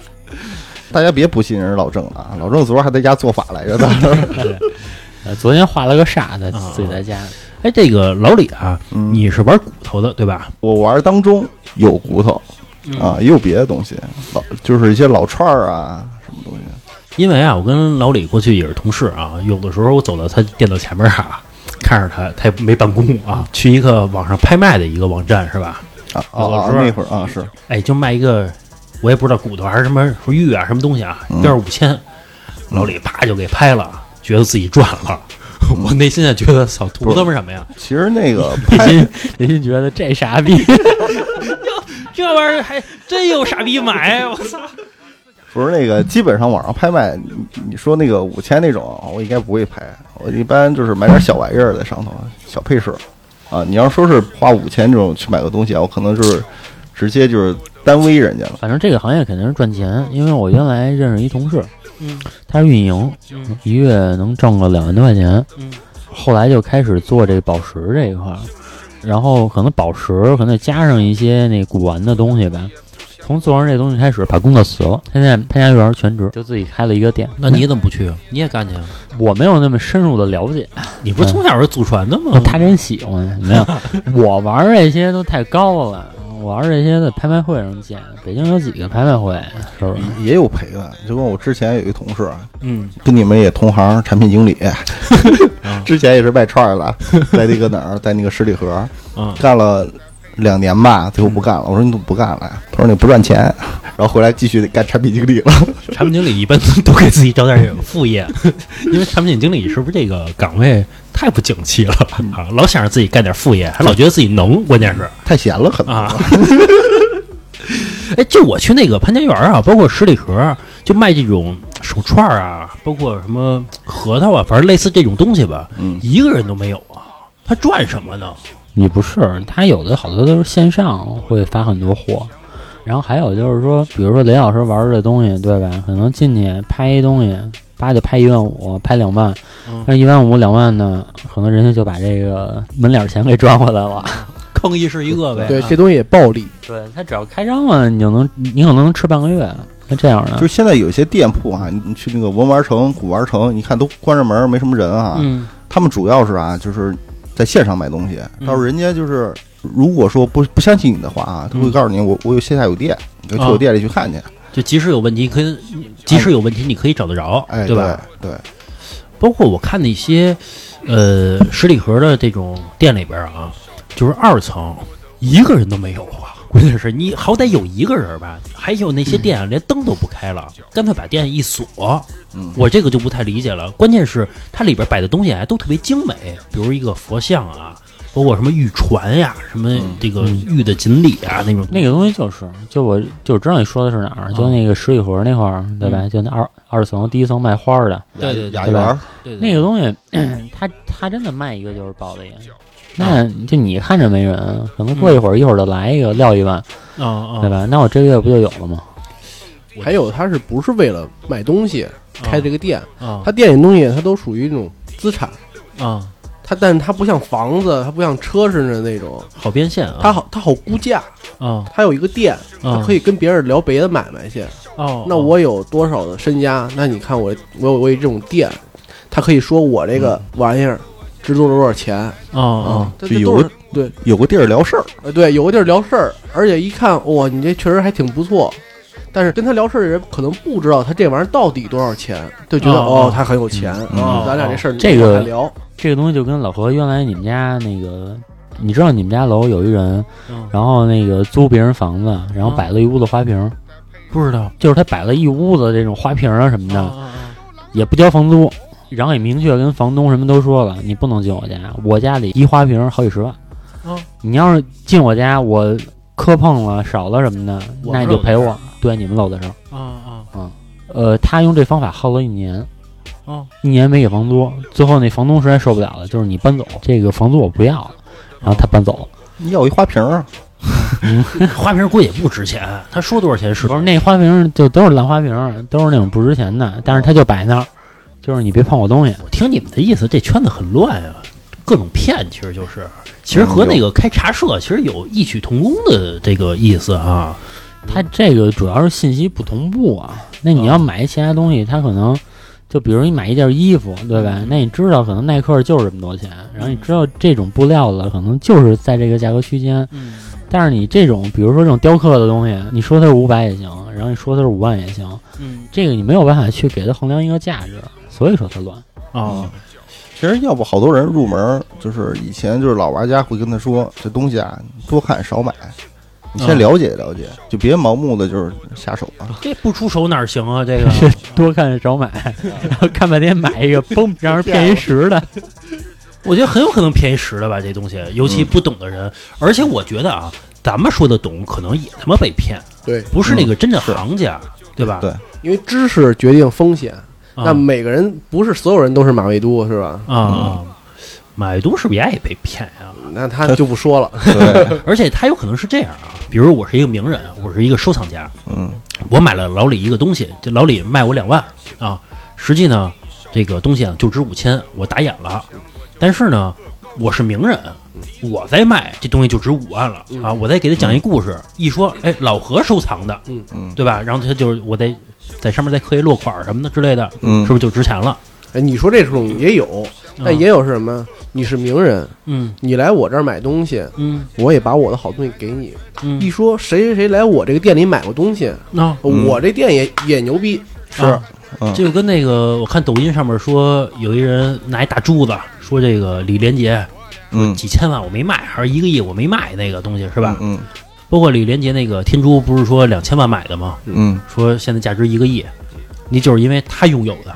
Speaker 4: 大家别不信人老郑了啊，老郑昨儿还在家做法来着，当时
Speaker 5: 呃昨天画了个煞在
Speaker 3: 啊
Speaker 5: 自己在家里，
Speaker 3: 哎，这个老李啊，
Speaker 4: 嗯
Speaker 3: 你是玩骨头的对吧？
Speaker 4: 我玩当中有骨头
Speaker 5: 嗯
Speaker 4: 啊，也有别的东西，老就是一些老串儿啊，什么东西。
Speaker 3: 因为啊，我跟老李过去也是同事啊，有的时候我走到他电脑前面啊，看着他，他也没办公啊，去一个网上拍卖的一个网站是吧？
Speaker 4: 啊啊
Speaker 3: 有的
Speaker 4: 啊
Speaker 3: 时候
Speaker 4: 那会儿啊是，
Speaker 3: 哎，就卖一个，我也不知道骨头还是什么什么玉啊，什么东西啊，一件五千，老李啪就给拍了，觉得自己赚了。 我内心也觉得，操，图他妈什么呀？
Speaker 4: 其实那个
Speaker 5: 内
Speaker 4: 拍
Speaker 5: 心内心觉得这傻 逼，
Speaker 3: 这玩意儿还真有哎傻逼买，我操！
Speaker 4: 不是那个，基本上网上拍卖，你你说那个五千那种，我应该不会拍，我一般就是买点小玩意儿在上头，小配饰啊。你要说是花五千这种去买个东西啊，我可能就是直接就是单威人家了。
Speaker 5: 反正这个行业肯定是赚钱，因为我原来认识一同事，
Speaker 3: 嗯
Speaker 5: 他是运营，一月能挣个两万多块钱，
Speaker 3: 嗯
Speaker 5: 后来就开始做这个宝石这一块儿，然后可能宝石可能再加上一些那古玩的东西吧。从做完这东西开始，把工作辞了。现在潘家园全职，就自己开了一个店。
Speaker 3: 那你怎么不去啊？你也干去啊？
Speaker 5: 我没有那么深入的了解，
Speaker 3: 你不是从小是祖传的吗
Speaker 5: 哦？他真喜欢。没 有，我玩儿这些都太高了，我玩儿这些在拍卖会上见。北京有几个拍卖会，是不是？
Speaker 4: 也有赔的，就跟我之前有一同事，
Speaker 3: 嗯，
Speaker 4: 跟你们也同行，产品经理， 之前也是卖串儿的，在那个哪儿，在那个十里河
Speaker 3: 嗯，
Speaker 4: 干了两年吧，最后不干了。我说你怎么不干了呀？他说你不赚钱，然后回来继续干产品经理了。
Speaker 3: 产品经理一般都给自己找点副业， 因为产品经理是不是这个岗位太不景气了啊？老想着自己干点副业，还老觉得自己能，关键是
Speaker 4: 太闲了，可能。
Speaker 3: 啊。 哎，就我去那个潘家园啊，包括十里河，就卖这种手串啊，包括什么核桃啊，反正类似这种东西吧，一个人都没有啊。他赚什么呢？
Speaker 5: 也不是，他有的好多都是线上会发很多货，然后还有就是说，比如说雷老师玩儿这东西，对吧？可能进去拍一东西，叭就拍一万五，拍两万，那一万五两万呢，可能人家就把这个门脸儿钱给赚回来了。
Speaker 3: 坑一是一个呗。
Speaker 6: 对，
Speaker 3: 啊
Speaker 6: 这东西也暴利。
Speaker 5: 对他只要开张了，你就能，你可能能吃半个月。那这样
Speaker 3: 啊
Speaker 5: 的，
Speaker 4: 就是现在有些店铺啊，你你去那个文玩城、古玩城，你看都关着门儿，没什么人啊。
Speaker 5: 嗯，
Speaker 4: 他们主要是啊，就是在线上买东西。
Speaker 3: 嗯
Speaker 4: 到时候人家就是，如果说不不相信你的话
Speaker 3: 嗯
Speaker 4: 啊，他会告诉你我我有线下有店，你就去
Speaker 3: 啊
Speaker 4: 我店里去看去。
Speaker 3: 就即使有问题，你可以即使有问题，你可以找得着，
Speaker 4: 哎，
Speaker 3: 吧？
Speaker 4: 对，
Speaker 3: 包括我看的一些，呃，十里河的这种店里边啊，就是二层一个人都没有啊。关键是你好歹有一个人吧，还有那些店啊连灯都不开了，干脆把店一锁。
Speaker 4: 嗯
Speaker 3: 我这个就不太理解了。关键是它里边摆的东西啊还都特别精美，比如一个佛像啊，包括什么玉船呀、什么
Speaker 4: 嗯
Speaker 3: 这个玉的锦鲤啊那种。
Speaker 5: 那个东西就是，就我就知道你说的是哪儿，就那个十里河那块儿，对吧？就那二二层第一层卖花儿的，
Speaker 3: 对对啊
Speaker 4: 雅
Speaker 5: 对
Speaker 4: 园
Speaker 5: 吧
Speaker 4: 儿
Speaker 3: 对
Speaker 5: 那个东西， 他他真的卖一个就是暴利。那就你看着没人，可能过一会儿一会儿就来一个撂一万，
Speaker 3: 啊啊，
Speaker 5: 对吧？那我这个月不就有了吗？
Speaker 6: 还有，他是不是为了卖东西开这个店？
Speaker 3: 啊
Speaker 6: 他店里东西它都属于一种资产，
Speaker 3: 啊，
Speaker 6: 它但是它不像房子，它不像车似的那种，
Speaker 3: 好变现啊，
Speaker 6: 它好它好估价，
Speaker 3: 啊
Speaker 6: 它有一个店，它
Speaker 3: 啊
Speaker 6: 可以跟别人聊别的买卖去。
Speaker 3: 哦，
Speaker 6: 那我有多少的身家？那你看我我有我有这种店，它可以说我这个
Speaker 3: 嗯
Speaker 6: 玩意儿值多少多少钱
Speaker 3: 哦哦，
Speaker 6: 这
Speaker 4: 就
Speaker 6: 这
Speaker 4: 嗯有
Speaker 6: 都
Speaker 4: 个
Speaker 6: 是对
Speaker 4: 有个地儿聊事儿，
Speaker 6: 呃对，有个地儿聊事儿，而且一看哇，你这确实还挺不错。但是跟他聊事儿的人可能不知道他这玩意儿到底多少钱，就觉得
Speaker 3: 哦
Speaker 6: 哦他很有钱，
Speaker 3: 哦
Speaker 6: 嗯咱俩这事儿
Speaker 5: 这个
Speaker 6: 往下聊，
Speaker 5: 这个东西就跟老何原来你们家那个，你知道你们家楼有一人，
Speaker 3: 嗯
Speaker 5: 然后那个租别人房子，然后摆了一屋子花瓶，
Speaker 3: 不知道
Speaker 5: 就是他摆了一屋子这种花瓶啊什么的，
Speaker 3: 啊。
Speaker 5: 也不交房租，然后也明确跟房东什么都说了，你不能进我家，我家里一花瓶好几十万。
Speaker 3: 哦
Speaker 5: 你要是进我家，我磕碰了、少了什么的，
Speaker 3: 我
Speaker 5: 那你就赔我。对，你们漏的事儿。
Speaker 3: 啊啊
Speaker 5: 呃，他用这方法耗了一年，
Speaker 3: 哦，
Speaker 5: 一年没给
Speaker 3: 哦
Speaker 5: 房租，最后那房东实在受不了了，就是你搬走，这个房租我不要了，然后他搬走了。
Speaker 4: 你要一花瓶儿，啊
Speaker 3: 花瓶估计也不值钱，他说多少钱是
Speaker 5: 不是那花瓶就都是烂花瓶，都是那种不值钱的，但是它就摆那儿，就是你别碰我东西。
Speaker 3: 我听你们的意思，这圈子很乱啊，各种骗，其实就是，其实和那个开茶社其实有异曲同工的这个意思啊。
Speaker 5: 它这个主要是信息不同步啊。那你要买其他东西，它可能就比如你买一件衣服，对吧？那你知道可能耐克就是这么多钱，然后你知道这种布料子可能就是在这个价格区间。但是你这种，比如说这种雕刻的东西，你说它是五百也行，然后你说它是五万也行，
Speaker 3: 嗯
Speaker 5: 这个你没有办法去给它衡量一个价值，所以说它乱。
Speaker 3: 啊，
Speaker 4: 其实要不好多人入门，就是以前就是老玩家会跟他说，这东西啊，多看少买，你先
Speaker 3: 嗯
Speaker 4: 了解了解，就别盲目的就是下手 啊了。
Speaker 3: 这不出手哪儿行啊？这个
Speaker 5: 多看少买， 然后看半天买一个，嘣，让人骗一十的。
Speaker 3: 我觉得很有可能便宜十的吧，这东西，尤其不懂的人。而且我觉得啊，咱们说的懂，可能也他妈被骗，
Speaker 6: 对，
Speaker 3: 不是那个真正
Speaker 4: 是
Speaker 3: 行家，对吧？
Speaker 4: 对
Speaker 6: 因为知识决定风险。
Speaker 3: 啊
Speaker 6: 那每个人不是所有人都是马未都，是吧？
Speaker 3: 啊，买东是不是也被骗呀、
Speaker 6: 那他就不说了。
Speaker 4: 对，
Speaker 3: 而且他有可能是这样啊，比如我是一个名人，我是一个收藏家，
Speaker 4: 嗯，
Speaker 3: 我买了老李一个东西，这老李卖我两万啊，实际呢，这个东西啊就值五千，我打眼了，但是呢，我是名人，我再卖这东西就值五万了
Speaker 4: 嗯
Speaker 3: 啊，我再给他讲一故事，一说，哎，老何收藏的，
Speaker 6: 嗯
Speaker 4: 嗯
Speaker 3: 对吧？然后他就是我得在上面再刻一落款儿什么的之类的，
Speaker 4: 嗯
Speaker 3: 是不是就值钱了？
Speaker 6: 哎，你说这种也有，但也有是什么？你是名人，
Speaker 3: 嗯
Speaker 6: 你来我这儿买东西，
Speaker 3: 嗯
Speaker 6: 我也把我的好东西给你。
Speaker 3: 嗯
Speaker 6: 一说谁谁谁来我这个店里买过东西，
Speaker 3: 那、
Speaker 6: 我这店也也牛逼，啊
Speaker 3: 是，这就跟那个我看抖音上面说，有一人拿一大珠子，说这个李连杰
Speaker 4: 嗯
Speaker 3: 几千万我没卖，还是一个亿我没卖那个东西是吧？
Speaker 4: 嗯
Speaker 3: 包括李连杰那个天珠，不是说两千万买的吗？
Speaker 4: 嗯，
Speaker 3: 说现在价值一个亿，你就是因为他拥有的，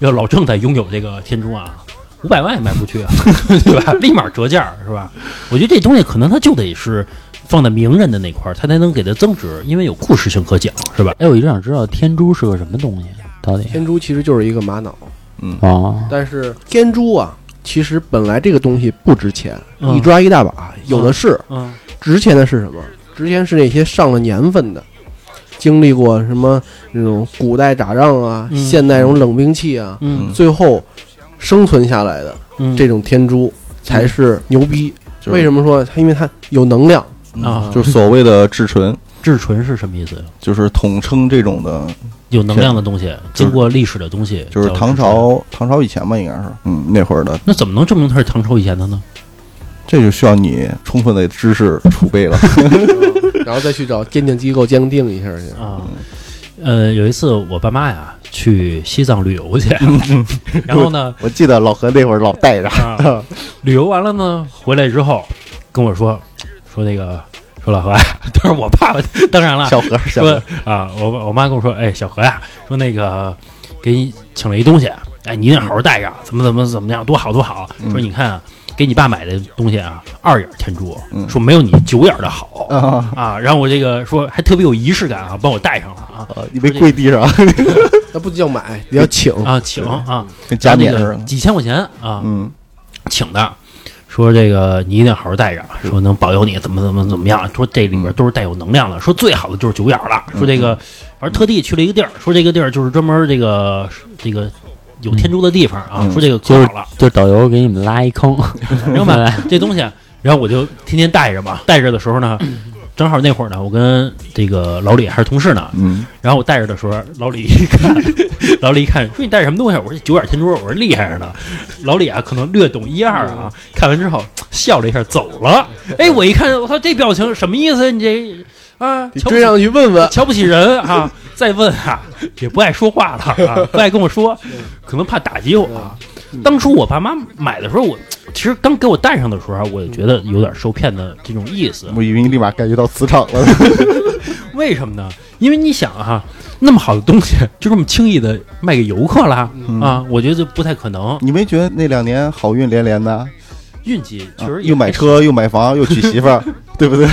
Speaker 3: 要老郑才拥有这个天珠啊，五百万也卖不出去啊， 对吧？立马折价是吧？我觉得这东西可能它就得是放在名人的那块儿，它才能给它增值，因为有故事性可讲是吧？
Speaker 5: 哎，我一直想知道天珠是个什么东西，到底？
Speaker 6: 天珠其实就是一个玛瑙，
Speaker 5: 哦，
Speaker 6: 但是天珠啊，其实本来这个东西不值钱，
Speaker 3: 嗯
Speaker 6: 一抓一大把，有的是。
Speaker 3: 嗯
Speaker 6: 值钱的是什么？值钱是那些上了年份的，经历过什么那种古代打仗啊，
Speaker 3: 嗯
Speaker 6: 现代这种冷兵器啊，
Speaker 3: 嗯
Speaker 6: 最后生存下来的
Speaker 3: 嗯
Speaker 6: 这种天珠才是牛逼。
Speaker 4: 就是
Speaker 6: 为什么说它？因为它有能量。
Speaker 3: 啊，
Speaker 4: 就是所谓的至纯，
Speaker 3: 至纯是什么意思呀？
Speaker 4: 就是统称这种的，
Speaker 3: 有能量的东西，经过历史的东西，
Speaker 4: 就是
Speaker 3: 叫
Speaker 4: 唐
Speaker 3: 至纯。
Speaker 4: 朝唐朝以前吧，应该是，嗯，那会儿的，
Speaker 3: 那怎么能证明它是唐朝以前的呢？
Speaker 4: 这就需要你充分的知识储备了。
Speaker 6: 然后再去找鉴定机构鉴定一下去。
Speaker 3: 啊，呃，有一次我爸妈呀去西藏旅游 去，然后呢，
Speaker 4: 我记得老何那会儿老带着，
Speaker 3: 啊，旅游完了呢，回来之后跟我说说那个说老何啊， 当然我爸爸，当然了，
Speaker 4: 小何小
Speaker 3: 说
Speaker 4: 何，
Speaker 3: 啊，我我妈跟我说，哎，小何呀、说那个给你请了一东西，哎，你一定好好带着，怎么怎么怎么样，多好多好。
Speaker 4: 嗯
Speaker 3: 说你看、啊，给你爸买的东西啊，二眼天珠，
Speaker 4: 嗯
Speaker 3: 说没有你九眼的好、啊。然后我这个说还特别有仪式感啊，帮我带上了啊
Speaker 4: 呃你没跪 地上，
Speaker 6: 那不叫买，你要请。
Speaker 3: 啊，请啊，
Speaker 4: 跟加
Speaker 3: 那
Speaker 4: 冕似
Speaker 3: 个
Speaker 4: 的。
Speaker 3: 几千块钱啊，
Speaker 4: 嗯，
Speaker 3: 请的。说这个你一定好好带着，说能保佑你怎么怎么怎么样。说这里
Speaker 4: 嗯
Speaker 3: 边都是带有能量的，说最好的就是九眼儿了。说这个，反正特地去了一个地儿，说这个地儿就是专门这个这个有天珠的地方啊。
Speaker 4: 嗯
Speaker 3: 说这个
Speaker 5: 就
Speaker 3: 可
Speaker 5: 是
Speaker 3: 好了，
Speaker 5: 就导游给你们拉 一坑，
Speaker 3: 明白吧？这东西，然后我就天天带着嘛。带着的时候呢，正好那会儿呢，我跟这个老李还是同事呢。
Speaker 4: 嗯，
Speaker 3: 然后我带着的时候，老李一看，老李一看 说你带什么东西？我说九眼天珠，我说厉害着呢。老李啊，可能略懂一二啊，看完之后笑了一下走 了。哎，我一看，我操，这表情什么意思？你这啊，
Speaker 6: 你
Speaker 3: 瞧不
Speaker 6: 追
Speaker 3: 起
Speaker 6: 上去问问，
Speaker 3: 瞧不起人 啊！再问啊，也不爱说话了 啊，不爱跟我说，可能怕打击我。啊
Speaker 6: 嗯
Speaker 3: 当初我爸妈买的时候，我其实刚给我带上的时候啊，我觉得有点受骗的这种意思。
Speaker 4: 嗯我以为你立马感觉到磁场了。
Speaker 3: 为什么呢？因为你想哈、那么好的东西就这么轻易的卖给游客啦、
Speaker 4: 嗯
Speaker 3: 啊，我觉得这不太可能。
Speaker 4: 你没觉得那两年好运连连的？
Speaker 3: 运气确
Speaker 4: 啊
Speaker 3: 实也
Speaker 4: 又买车，又买房，又娶媳妇儿，对不对？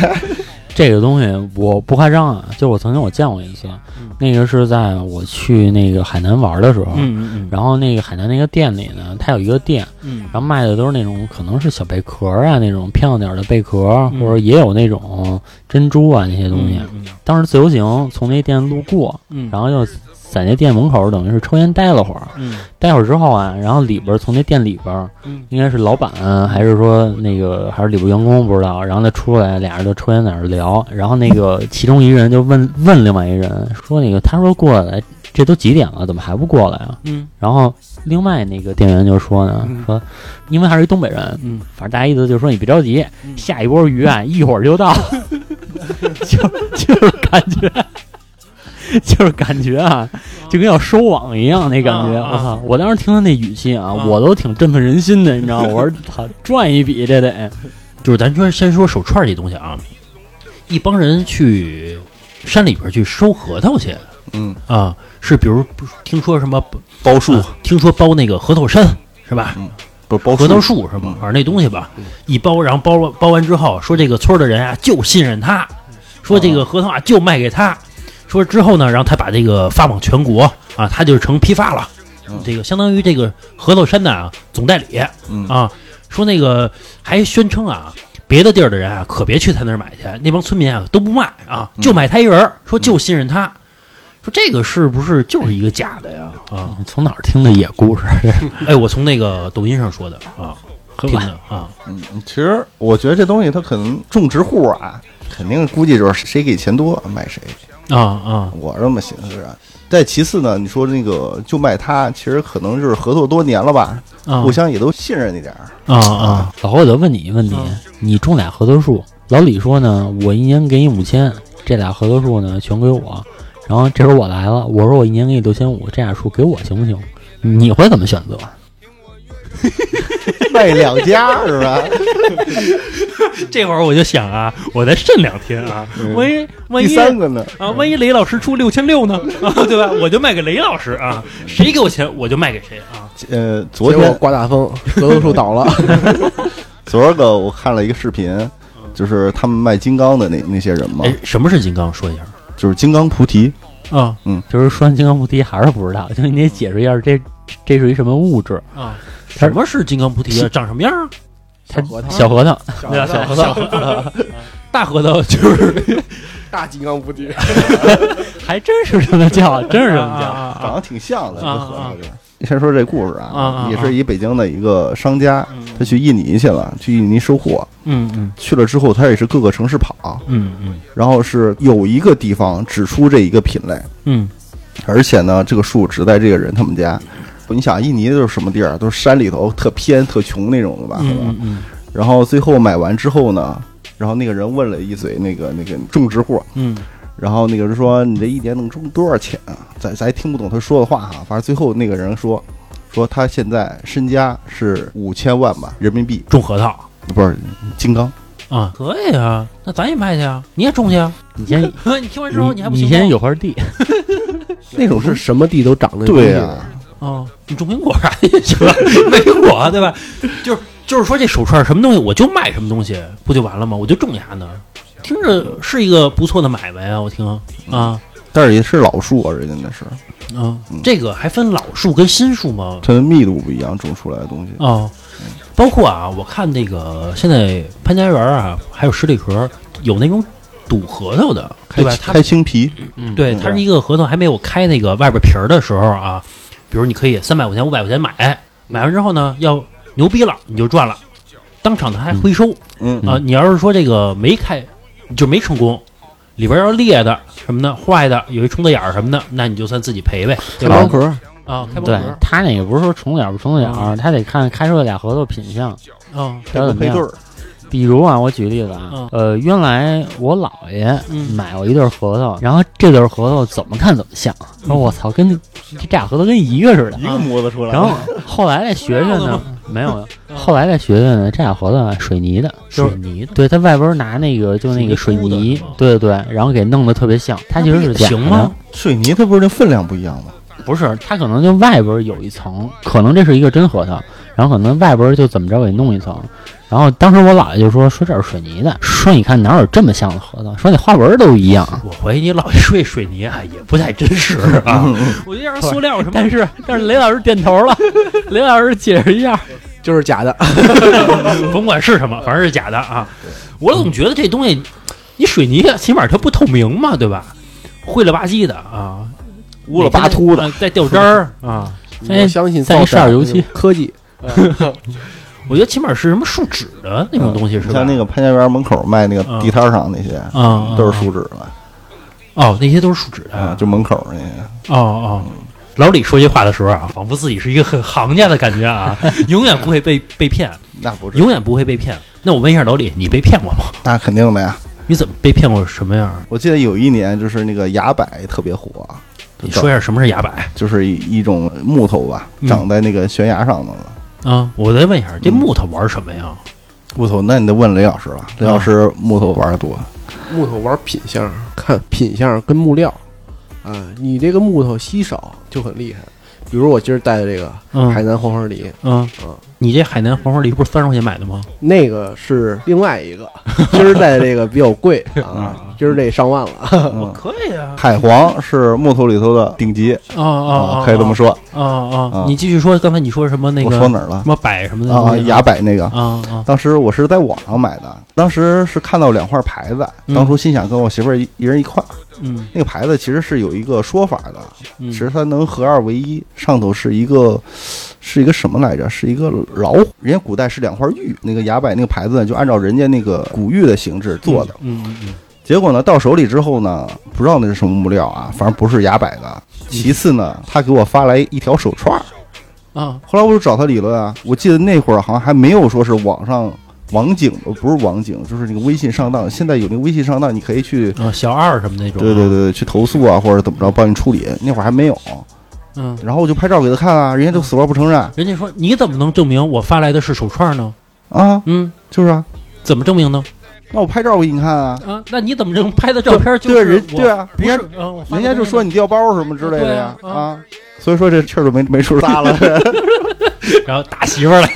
Speaker 5: 这个东西我不夸张啊，就是我曾经我见过一次，
Speaker 3: 嗯
Speaker 5: 那个是在我去那个海南玩的时候，
Speaker 3: 嗯嗯
Speaker 5: 然后那个海南那个店里呢，它有一个店，
Speaker 3: 嗯
Speaker 5: 然后卖的都是那种可能是小贝壳啊，那种漂亮点儿的贝壳，啊
Speaker 3: 嗯
Speaker 5: 或者也有那种珍珠啊那些东西。当时自由行从那店路过，
Speaker 3: 嗯
Speaker 5: 然后就在那店门口，等于是抽烟待了会儿。
Speaker 3: 嗯
Speaker 5: 待会儿之后啊，然后里边儿从那店里边儿，
Speaker 3: 嗯
Speaker 5: 应该是老板还是说那个还是里边员工不知道。然后他出来，俩人就抽烟在那儿聊。然后那个其中一人就问问另外一人说：“那个他说过来，这都几点了，怎么还不过来啊？”
Speaker 3: 嗯，
Speaker 5: 然后另外那个店员就说呢，说因为还是一东北人，
Speaker 3: 嗯，
Speaker 5: 反正大家意思就是说你别着急，下一波鱼啊一会儿就到， 就就是感觉。就是感觉啊，就跟要收网一样那感觉。
Speaker 3: 啊
Speaker 5: 我
Speaker 3: 啊
Speaker 5: 操！我当时听他那语气啊，
Speaker 3: 啊
Speaker 5: 我都挺振奋人心的，你知道吗？我说 操，赚一笔这得。
Speaker 3: 就是咱说先说手串儿这东西啊，一帮人去山里边儿去收核桃去，
Speaker 4: 嗯
Speaker 3: 啊，是比如听说什么
Speaker 4: 包树
Speaker 3: 啊听说包那个核桃参是吧？
Speaker 4: 不包
Speaker 3: 核桃树是吧？反正那东西吧，一包，然后包了包完之后，说这个村儿的人啊就信任他，说这个核桃啊就卖给他，说之后呢，然后他把这个发往全国啊，他就成批发了，这个相当于这个核桃山的啊总代理
Speaker 4: 嗯
Speaker 3: 啊，说那个还宣称啊。别的地儿的人啊，可别去他那儿买去，那帮村民啊都不卖啊，就买他一人儿，说就信任他，说这个是不是就是一个假的呀？啊，
Speaker 5: 从哪儿听的野故事？
Speaker 3: 哎，我从那个抖音上说的啊，听的啊，
Speaker 4: 嗯，其实我觉得这东西它可能种植户啊，肯定估计就是谁给钱多卖谁，
Speaker 3: 啊啊，
Speaker 4: 我这么寻思着。再其次呢，你说那个就卖它，其实可能就是合作多年了吧，
Speaker 3: 啊
Speaker 4: 互相也都信任一点儿。
Speaker 3: 啊啊
Speaker 5: 老何，我就问你一个问题：
Speaker 3: 嗯
Speaker 5: 你种俩核桃树，老李说呢，我一年给你五千，这俩核桃树呢全归我。然后这时候我来了，我说我一年给你六千五，这俩树给我行不行？你会怎么选择？
Speaker 4: 卖两家是吧？
Speaker 3: 这会儿我就想啊，我再慎两天啊，
Speaker 4: 嗯
Speaker 3: 万一万
Speaker 4: 第
Speaker 3: 一
Speaker 4: 三个呢？
Speaker 3: 啊，万一雷老师出六千六呢， 啊，对吧？我就卖给雷老师啊，谁给我钱我就卖给谁啊。
Speaker 4: 呃，昨
Speaker 6: 结果
Speaker 4: 天
Speaker 6: 刮 大风，核桃树倒了。
Speaker 4: 昨儿个我看了一个视频，就是他们卖金刚的那那些人嘛，
Speaker 3: 哎，什么是金刚？说一下
Speaker 4: 就是金刚菩提，
Speaker 3: 啊
Speaker 5: 就是说完金刚菩提还是不知道，就是你得解释一下这这是一什么物质？
Speaker 3: 啊，什么是金刚菩提啊？长什么样啊？
Speaker 5: 它
Speaker 6: 小核桃
Speaker 5: 小核桃，
Speaker 3: 对啊，小核桃， 大核桃就是
Speaker 6: 大金刚不敌，
Speaker 5: 还真是这么叫，真是这么叫。
Speaker 3: 啊
Speaker 4: 长得挺像的，
Speaker 3: 啊
Speaker 4: 这核桃就是。先说这故事
Speaker 3: 啊啊
Speaker 4: 啊，也是一北京的一个商家，他去印尼去了，去印尼收货，
Speaker 3: 嗯嗯
Speaker 4: 去了之后，他也是各个城市跑，
Speaker 3: 嗯
Speaker 4: 然后是有一个地方只出这一个品类，
Speaker 3: 嗯
Speaker 4: 而且呢，这个树只在这个人他们家。你想，印尼都是什么地儿？都是山里头，特偏、特穷那种的吧？
Speaker 3: 嗯嗯
Speaker 4: 然后最后买完之后呢，然后那个人问了一嘴那个那个种植户，
Speaker 3: 嗯
Speaker 4: 然后那个人说：“你这一年能挣多少钱啊？”咱咱还听不懂他说的话哈、反正最后那个人说， 说他现在身家是五千万吧人民币，
Speaker 3: 种核桃
Speaker 4: 不是金刚。
Speaker 3: 啊，可以啊，那咱也卖去啊，你也种去啊。
Speaker 5: 你先，
Speaker 3: 你听完之后你还不
Speaker 5: 你
Speaker 3: 行
Speaker 5: 先有块地，
Speaker 4: 那种
Speaker 6: 不是
Speaker 4: 是
Speaker 6: 什么地都长那
Speaker 4: 对
Speaker 6: 呀、
Speaker 4: 啊，
Speaker 3: 啊，你种苹果啥也行，没苹果对吧？就是就是说这手串儿什么东西我就卖什么东西，不就完了吗？我就种牙呢，听着是一个不错的买卖啊，我听啊
Speaker 4: 但是也是老树啊，人家那是
Speaker 3: 啊，这个还分老树跟新树吗？
Speaker 4: 它的密度不一样，种出来的东西。
Speaker 3: 啊，包括啊，我看那个现在潘家园啊，还有十里河有那种赌核桃的，对吧？它
Speaker 4: 开青皮，
Speaker 3: 对，它是一个核桃还没有开那个外边皮儿的时候啊，比如你可以三百块钱、五百块钱买，买完之后呢，要牛逼了你就赚了，当场它还回收
Speaker 4: 嗯
Speaker 3: 啊。你要是说这个没开，就没成功，里边要裂的什么的、坏的，有一虫子眼儿什么的，那你就算自己赔呗，对吧
Speaker 6: 包？壳，
Speaker 3: 啊，开包
Speaker 5: 对
Speaker 3: 壳
Speaker 5: 他那个不是说虫子眼儿不虫子眼儿，
Speaker 3: 嗯
Speaker 5: 他得看开出来俩核桃品相。
Speaker 3: 啊，
Speaker 5: 然后怎么
Speaker 4: 配
Speaker 5: 样
Speaker 4: 对儿，
Speaker 5: 比如啊，我举例子啊
Speaker 3: 嗯，
Speaker 5: 呃，原来我姥爷
Speaker 3: 嗯
Speaker 5: 买过一对核桃，然后这对核桃怎么看怎么像，啊
Speaker 3: 嗯
Speaker 5: 说我操，跟这这俩核桃跟一个似的。
Speaker 4: 个模子出
Speaker 5: 然后后来再 学学
Speaker 3: 啊
Speaker 5: 呢，没有，啊
Speaker 3: 嗯
Speaker 5: 后来再学学呢，这俩核桃啊水泥的，就
Speaker 3: 水
Speaker 5: 是
Speaker 3: 泥的，
Speaker 5: 对它外边拿那个就那个水
Speaker 3: 水泥
Speaker 5: 泥
Speaker 3: 糊的是吗，
Speaker 5: 对对对，然后给弄得特别像，它其实是假的
Speaker 3: 行吗？？
Speaker 4: 水泥它不是那分量不一样吗？
Speaker 5: 不是，它可能就外边有一层，可能这是一个真核桃，然后可能外边就怎么着给弄一层。然后当时我姥爷就说说这是水泥的，说你看哪有这么像的核桃，说那花纹都一样。
Speaker 3: 我怀疑你姥爷睡水泥啊，也不太真实啊。我觉得要是塑料什么，
Speaker 5: 但是但是雷老师点头了，雷老师解释一下，
Speaker 6: 就是假的。
Speaker 3: 甭管是什么，反正是假的啊。我总觉得这东西，你水泥啊起码它不透明嘛，对吧？灰了吧唧的啊，
Speaker 4: 乌了巴秃的嗯
Speaker 3: 啊，带掉渣 儿啊。
Speaker 5: 哎
Speaker 6: 我相信
Speaker 5: 再
Speaker 6: 造
Speaker 5: 一上
Speaker 6: 假
Speaker 5: 油
Speaker 6: 这种
Speaker 5: 漆
Speaker 6: 科技，
Speaker 3: 我觉得起码是什么树脂的那种东西，是吧？
Speaker 4: 嗯像那个潘家园门口卖那个地摊上那些，
Speaker 3: 啊，
Speaker 4: 都是树脂的
Speaker 3: 哦，那些都是树脂的
Speaker 4: 啊，就门口那
Speaker 3: 哦
Speaker 4: 个。
Speaker 3: 哦。老李说这话的时候啊，仿佛自己是一个很行家的感觉啊， 永远不会被被骗，
Speaker 4: 那不是，
Speaker 3: 永远不会被骗。那我问一下老李，你被骗过吗？
Speaker 4: 那肯定的呀。
Speaker 3: 你怎么被骗过？什么样儿？
Speaker 4: 我记得有一年就是那个崖柏特别火，
Speaker 3: 你说一下什么是啊崖柏
Speaker 4: 就是一一种木头吧，
Speaker 3: 嗯
Speaker 4: 长在那个悬崖上头的嗯
Speaker 3: 啊？我再问一下，这木头玩什么呀？
Speaker 4: 木头。那你得问雷老师了，雷老师木头玩的多，
Speaker 6: 木头玩品相，看品相跟木料，啊，你这个木头稀少就很厉害。比如我今儿带的这个
Speaker 3: 嗯
Speaker 6: 海南黄花梨，
Speaker 3: 嗯
Speaker 6: 嗯，
Speaker 3: 你这海南黄花梨不是三十块钱买的吗？
Speaker 6: 那个是另外一个， 今儿带的这个比较贵啊，今儿这上万了。
Speaker 4: 嗯
Speaker 3: 可以啊，
Speaker 4: 海黄是木头里头的顶级
Speaker 3: 哦哦
Speaker 4: 啊，，可以这么说
Speaker 3: 哦哦
Speaker 4: 啊，
Speaker 3: 你继续说，刚才你说什么那个？
Speaker 4: 我说哪儿了
Speaker 3: 什么柏什么的
Speaker 4: 啊。崖柏那个，
Speaker 3: 啊啊
Speaker 4: 当时我是在网上买的，当时是看到两块牌子，
Speaker 3: 嗯
Speaker 4: 当初心想跟我媳妇儿一一人一块儿。
Speaker 3: 嗯
Speaker 4: 那个牌子其实是有一个说法的，
Speaker 3: 嗯
Speaker 4: 其实它能合二为一，上头是一个是一个什么来着？是一个老虎，人家古代是两块玉，那个崖柏那个牌子呢，就按照人家那个古玉的形制做的。
Speaker 3: 嗯嗯嗯
Speaker 4: 结果呢，到手里之后呢，不知道那是什么木料啊，反正不是崖柏的。其次呢，他给我发来一条手串儿，
Speaker 3: 啊
Speaker 4: 后来我就找他理论啊，我记得那会儿好像还没有说是网上网警，呃不是网警，就是那个微信上当。现在有那个微信上当，你可以去，
Speaker 3: 啊，小二什么那种，
Speaker 4: 对对，对，去投诉啊，或者怎么着，帮你处理。那会儿还没有，
Speaker 3: 嗯。
Speaker 4: 然后我就拍照给他看啊，人家就死活不承认
Speaker 3: 人家说你怎么能证明我发来的是手串呢？
Speaker 4: 啊，
Speaker 3: 嗯，
Speaker 4: 就是啊，
Speaker 3: 怎么证明呢？
Speaker 4: 那我拍照给你看啊，
Speaker 3: 啊，那你怎么证拍的照片就是
Speaker 4: 对人
Speaker 3: 我
Speaker 4: 对啊，
Speaker 3: 不是
Speaker 4: 人家
Speaker 3: 嗯我发的
Speaker 4: 人家就说你掉包什么之类的呀
Speaker 3: 对啊啊
Speaker 4: 啊，所以说这气儿就没没处撒了。
Speaker 3: 东西，然后打媳妇儿来，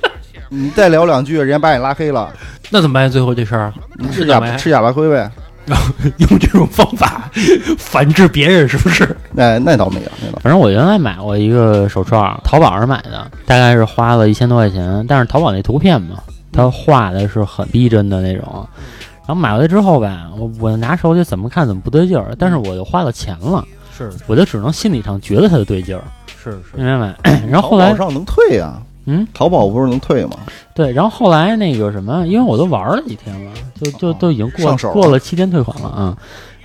Speaker 4: 你再聊两句，人家把你拉黑了，
Speaker 3: 那怎么办呀？最后这事儿，
Speaker 4: 你吃
Speaker 3: 那怎么
Speaker 4: 哑
Speaker 3: 呀
Speaker 4: 吃哑巴亏呗。
Speaker 3: 然后 用这种方法 反制别人，是不是？
Speaker 4: 那哎那倒没有，那倒没有
Speaker 5: 反正我原来买过一个手串儿，淘宝上买的，大概是花了一千多块钱，但是淘宝那图片嘛，它画的是很逼真的那种。然后买回来之后吧，我我拿手里怎么看怎么不对劲儿，但是我又花了钱了，
Speaker 3: 是
Speaker 5: 我就只能心理上觉得它的对劲儿，
Speaker 3: 是
Speaker 5: 你，明白吗？ 然后后
Speaker 4: 淘
Speaker 5: 来
Speaker 4: 宝上能退啊，
Speaker 5: 嗯，
Speaker 4: 淘宝不是能退吗？
Speaker 5: 对，然后后来那个什么，因为我都玩了几天了，就就都已经过
Speaker 4: 上手了啊
Speaker 5: 过了七天退款了啊。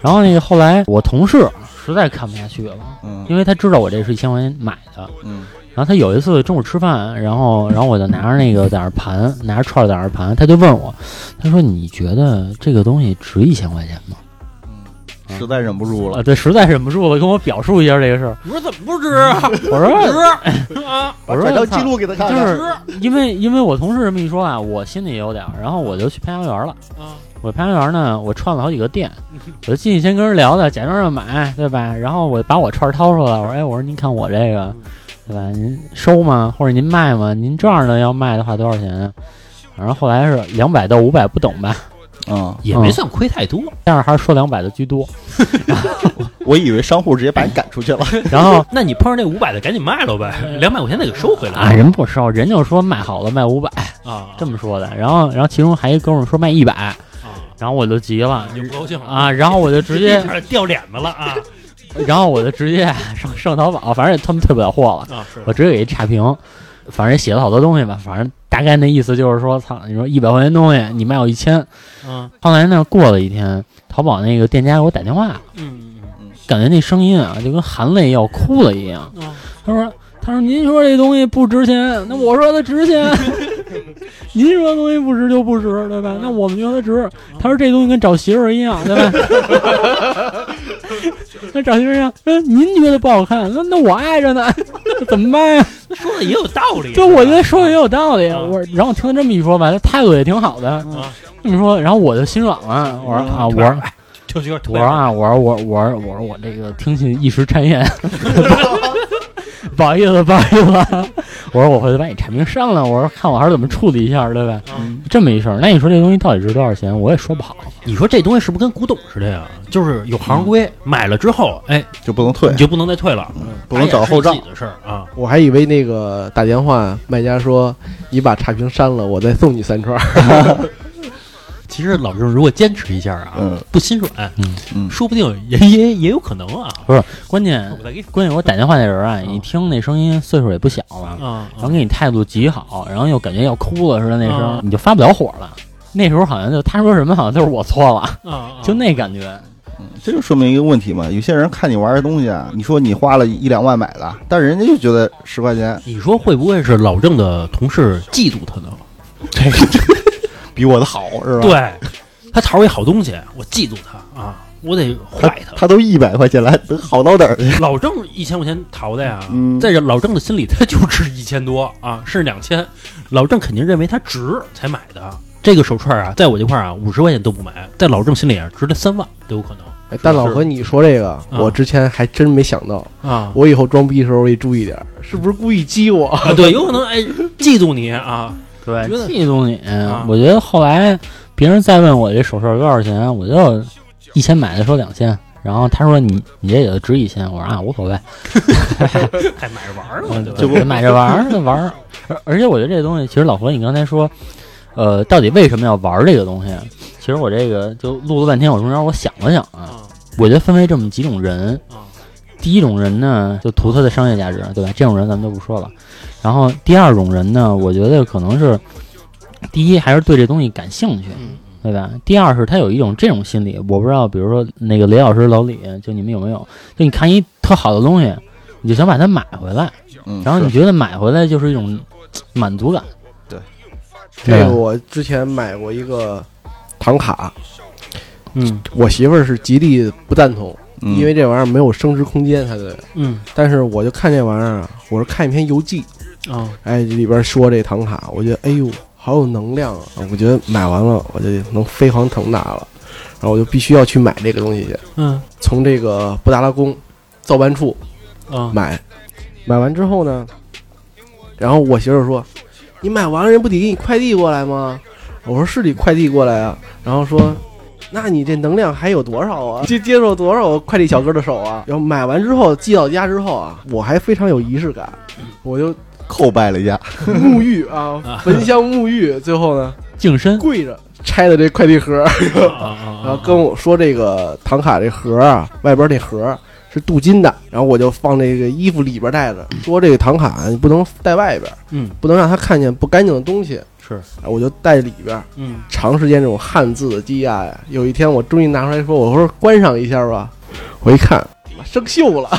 Speaker 5: 然后那个后来我同事实在看不下去了，
Speaker 4: 嗯
Speaker 5: 因为他知道我这是一千块钱买的，
Speaker 4: 嗯
Speaker 5: 然后他有一次中午吃饭，然后然后我就拿着那个在那儿盘，拿着串儿在那儿盘，他就问我，他说你觉得这个东西值一千块钱吗？
Speaker 4: 嗯实在忍不住了
Speaker 5: 啊，，对，实在忍不住了，跟我表述一下这个事儿。
Speaker 3: 我说怎么不值啊？
Speaker 5: 我 说，
Speaker 3: 值啊！
Speaker 4: 把
Speaker 5: 我说，
Speaker 4: 转账记录给他看
Speaker 5: 就
Speaker 4: 看。
Speaker 5: 是因为因为我同事这么一说啊，我心里也有点儿，然后我就去潘家园了。
Speaker 3: 啊
Speaker 5: 我潘家园呢，我串了好几个店，我就进去先跟人聊聊，假装要买，对吧？然后我把我串儿掏出来，我说：“哎，我说您看我这个，对吧？您收吗？或者您卖吗？您这样的要卖的话多少钱？”啊反正后来是两百到五百不等吧，
Speaker 4: 嗯，
Speaker 3: 也没算亏太多，
Speaker 5: 但是还是说两百的居多。
Speaker 4: 我以为商户直接把你赶出去了。
Speaker 5: 然后
Speaker 3: 那你碰上那五百的赶紧卖了呗，两百块钱得给收回
Speaker 5: 啊，
Speaker 3: 来
Speaker 5: 人不收，人就说卖好了卖五百
Speaker 3: 啊
Speaker 5: 这么说的。然后然后其中还一哥们儿说卖一百，
Speaker 3: 啊，
Speaker 5: 然后我就急了
Speaker 3: 你就不高兴了
Speaker 5: 啊，然后我就直 接
Speaker 3: 一下掉脸子了啊
Speaker 5: 然后我就直接上上淘宝，反正他们退不了货了，
Speaker 3: 啊！是
Speaker 5: 我直接给一差评，反正也写了好多东西吧，反正大概那意思就是说，操，你说一百块钱东西你卖我一千，
Speaker 3: 嗯
Speaker 5: 后来呢过了一天，淘宝那个店家给我打电话，
Speaker 3: 嗯
Speaker 5: 感觉那声音啊就跟含泪要哭了一样，
Speaker 3: 嗯
Speaker 5: 他说。他说：“您说这东西不值钱，那我说它 值钱。您说东西不值就不值，对吧？
Speaker 3: 嗯
Speaker 5: 那我们觉得值。他说这东西跟找媳妇儿一样，对吧？ 那找媳妇儿一样，那您觉得不好看，那那我爱着呢， 怎么办呀？
Speaker 3: 嗯，说的也有道理。
Speaker 5: 对，我觉得说的也有道理。
Speaker 3: 啊
Speaker 5: 我然后我听他这么一说吧，他态度也挺好的
Speaker 3: 啊。
Speaker 5: 这么说，然后我就心软了。我说啊，我
Speaker 3: 退了
Speaker 5: 说
Speaker 3: 哎就有点
Speaker 5: 我说啊，我说我我我说我这个听信一时谗言， 不好意思，不好意思。啊我说我回头把你产品删了，我说看我还是怎么处理一下，对吧？这么一事儿，那你说这东西到底值多少钱？我也说不好。
Speaker 3: 你说这东西是不是跟古董似的呀？就是有行
Speaker 5: 嗯
Speaker 3: 规，买了之后，哎，
Speaker 4: 就不能退
Speaker 3: 你，就不能再退了，哎
Speaker 4: 不能找后
Speaker 3: 账
Speaker 4: 账。
Speaker 3: 的事儿啊。
Speaker 6: 我还以为那个打电话卖家说你把差评删了，我再送你三串儿。
Speaker 3: 其实老郑如果坚持一下啊，
Speaker 4: 嗯
Speaker 3: 不心软，
Speaker 5: 嗯
Speaker 4: 嗯
Speaker 3: 说不定也也也有可能啊。
Speaker 5: 关键
Speaker 3: 我再给你
Speaker 5: 关键，我打电话那人啊，一听那声音，岁数也不小了，
Speaker 3: 啊
Speaker 5: 然后给你态度极好，然后又感觉要哭了似的那声
Speaker 3: 嗯，
Speaker 5: 你就发不了火了。那时候好像就他说什么，好像就是我错了，
Speaker 3: 啊，
Speaker 5: 就那感觉。
Speaker 4: 这就说明一个问题嘛，有些人看你玩的东西啊，你说你花了一两万买的，但人家就觉得十块钱
Speaker 3: 你说会不会是老郑的同事嫉妒他呢？
Speaker 4: 比我的好是吧？，
Speaker 3: 对，他淘一好东西，我嫉妒他啊，我得
Speaker 4: 他
Speaker 3: 坏他。
Speaker 4: 他都一百块钱了，还能好到哪儿去？
Speaker 3: 老郑一千块钱淘的呀，
Speaker 4: 嗯
Speaker 3: 在老郑的心里，他就值一千多啊，甚至两千。老郑肯定认为它值才买的。这个手串啊，在我这块儿啊，五十块钱都不买，在老郑心里啊，值了三万都有可能
Speaker 6: 哎但老何，你说这个，
Speaker 3: 嗯
Speaker 6: 我之前还真没想到。
Speaker 3: 啊。
Speaker 6: 我以后装逼的时候我得注意点儿，是不是故意激我？
Speaker 3: 啊，对，有可能哎，嫉妒你啊，
Speaker 5: 对
Speaker 3: 觉得
Speaker 5: 嫉妒你
Speaker 3: 啊。
Speaker 5: 我觉得后来别人再问我这手串多少钱，我就一千买的说两千，然后他说你你这也就值一千，我说啊无所谓，
Speaker 3: 还买着玩儿
Speaker 5: 我
Speaker 3: 了，对吧？
Speaker 5: 嗯就买着玩儿就玩儿。而而且我觉得这东西，其实老何你刚才说，呃，到底为什么要玩儿这个东西？其实我这个就录了半天，我中间我想了想啊，
Speaker 3: 啊
Speaker 5: 我觉得分为这么几种人
Speaker 3: 啊。
Speaker 5: 第一种人呢，就图他的商业价值，对吧？这种人咱们就不说了。然后第二种人呢，我觉得可能是，第一还是对这东西感兴趣，
Speaker 3: 嗯
Speaker 5: 对吧？第二是他有一种这种心理，我不知道，比如说那个雷老师、老李，就你们有没有？就你看一特好的东西，你就想把它买回来，
Speaker 4: 嗯，
Speaker 5: 然后你
Speaker 4: 是
Speaker 5: 觉得买回来就是一种嘖满足感，
Speaker 4: 对
Speaker 6: 这
Speaker 5: 对
Speaker 6: 个
Speaker 5: 吧
Speaker 6: 哎我之前买过一个唐卡，
Speaker 5: 嗯
Speaker 6: 我媳妇儿是极力不赞同，
Speaker 4: 嗯
Speaker 6: 因为这玩意儿没有升值空间，她的。
Speaker 3: 嗯
Speaker 6: 但是我就看这玩意儿啊，我是看一篇游记，
Speaker 3: 啊
Speaker 6: 哎，里边说这唐卡，我觉得哎呦，好有能量啊！我觉得买完了我就能飞黄腾达了，然后我就必须要去买这个东西去。
Speaker 3: 嗯
Speaker 6: 从这个布达拉宫造办处
Speaker 3: 啊
Speaker 6: 买，买完之后呢，然后我媳妇儿说：“你买完了人不得给你快递过来吗？”我说：“是得快递过来啊。”然后说：“那你这能量还有多少啊？接接受多少快递小哥的手啊？”然后买完之后寄到家之后啊，我还非常有仪式感，我就
Speaker 4: 叩拜了一下，
Speaker 6: 沐浴啊，焚香沐浴，最后呢
Speaker 5: 净身
Speaker 6: 跪着拆了这快递盒，
Speaker 3: 啊啊
Speaker 6: 然后跟我说这个唐卡这盒啊，外边那盒是镀金的，然后我就放这个衣服里边带着，说这个唐卡你不能带外边，
Speaker 3: 嗯，
Speaker 6: 不能让他看见不干净的东西，
Speaker 3: 是
Speaker 6: 啊我就带里边，
Speaker 3: 嗯
Speaker 6: 长时间这种汉字的积压呀，有一天我终于拿出来说，我说观赏一下吧，我一看生锈了，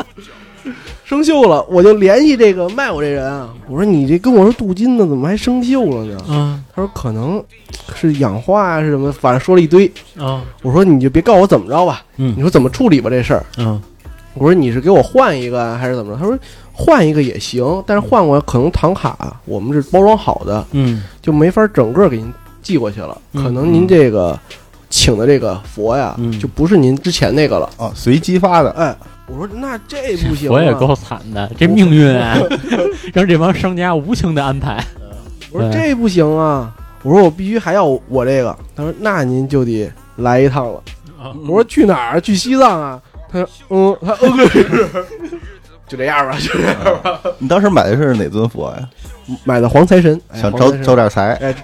Speaker 6: 生锈了，我就联系这个卖我这人啊，我说你这跟我说镀金的，怎么还生锈了呢？
Speaker 3: 啊
Speaker 6: 他说可能是氧化啊，是什么，反正说了一堆。
Speaker 3: 啊
Speaker 6: 我说你就别告诉我怎么着吧，
Speaker 3: 嗯
Speaker 6: 你说怎么处理吧这事儿。
Speaker 3: 嗯
Speaker 6: 我说你是给我换一个啊还是怎么着？他说换一个也行，但是换过来可能唐卡我们是包装好的，
Speaker 3: 嗯
Speaker 6: 就没法整个给您寄过去了。
Speaker 3: 嗯
Speaker 6: 可能您这个请的这个佛呀，
Speaker 3: 嗯
Speaker 6: 就不是您之前那个了。
Speaker 4: 啊，随机发的，
Speaker 6: 哎，我说那这不行、啊，
Speaker 5: 我也够惨的，这命运啊， 让这帮商家无情的安排。
Speaker 6: 我说
Speaker 3: 哎
Speaker 6: 这不行啊！我说我必须还要我这个。他说那您就得来一趟了。
Speaker 3: 啊
Speaker 6: 我说去哪儿？去西藏啊？他说嗯，他嗯 个是，就这样吧，就这样吧。
Speaker 4: 你当时买的是哪尊佛呀？
Speaker 6: 买的黄财神，哎
Speaker 4: 想
Speaker 6: 黄
Speaker 4: 招
Speaker 6: 财神
Speaker 4: 招点财，
Speaker 6: 哎，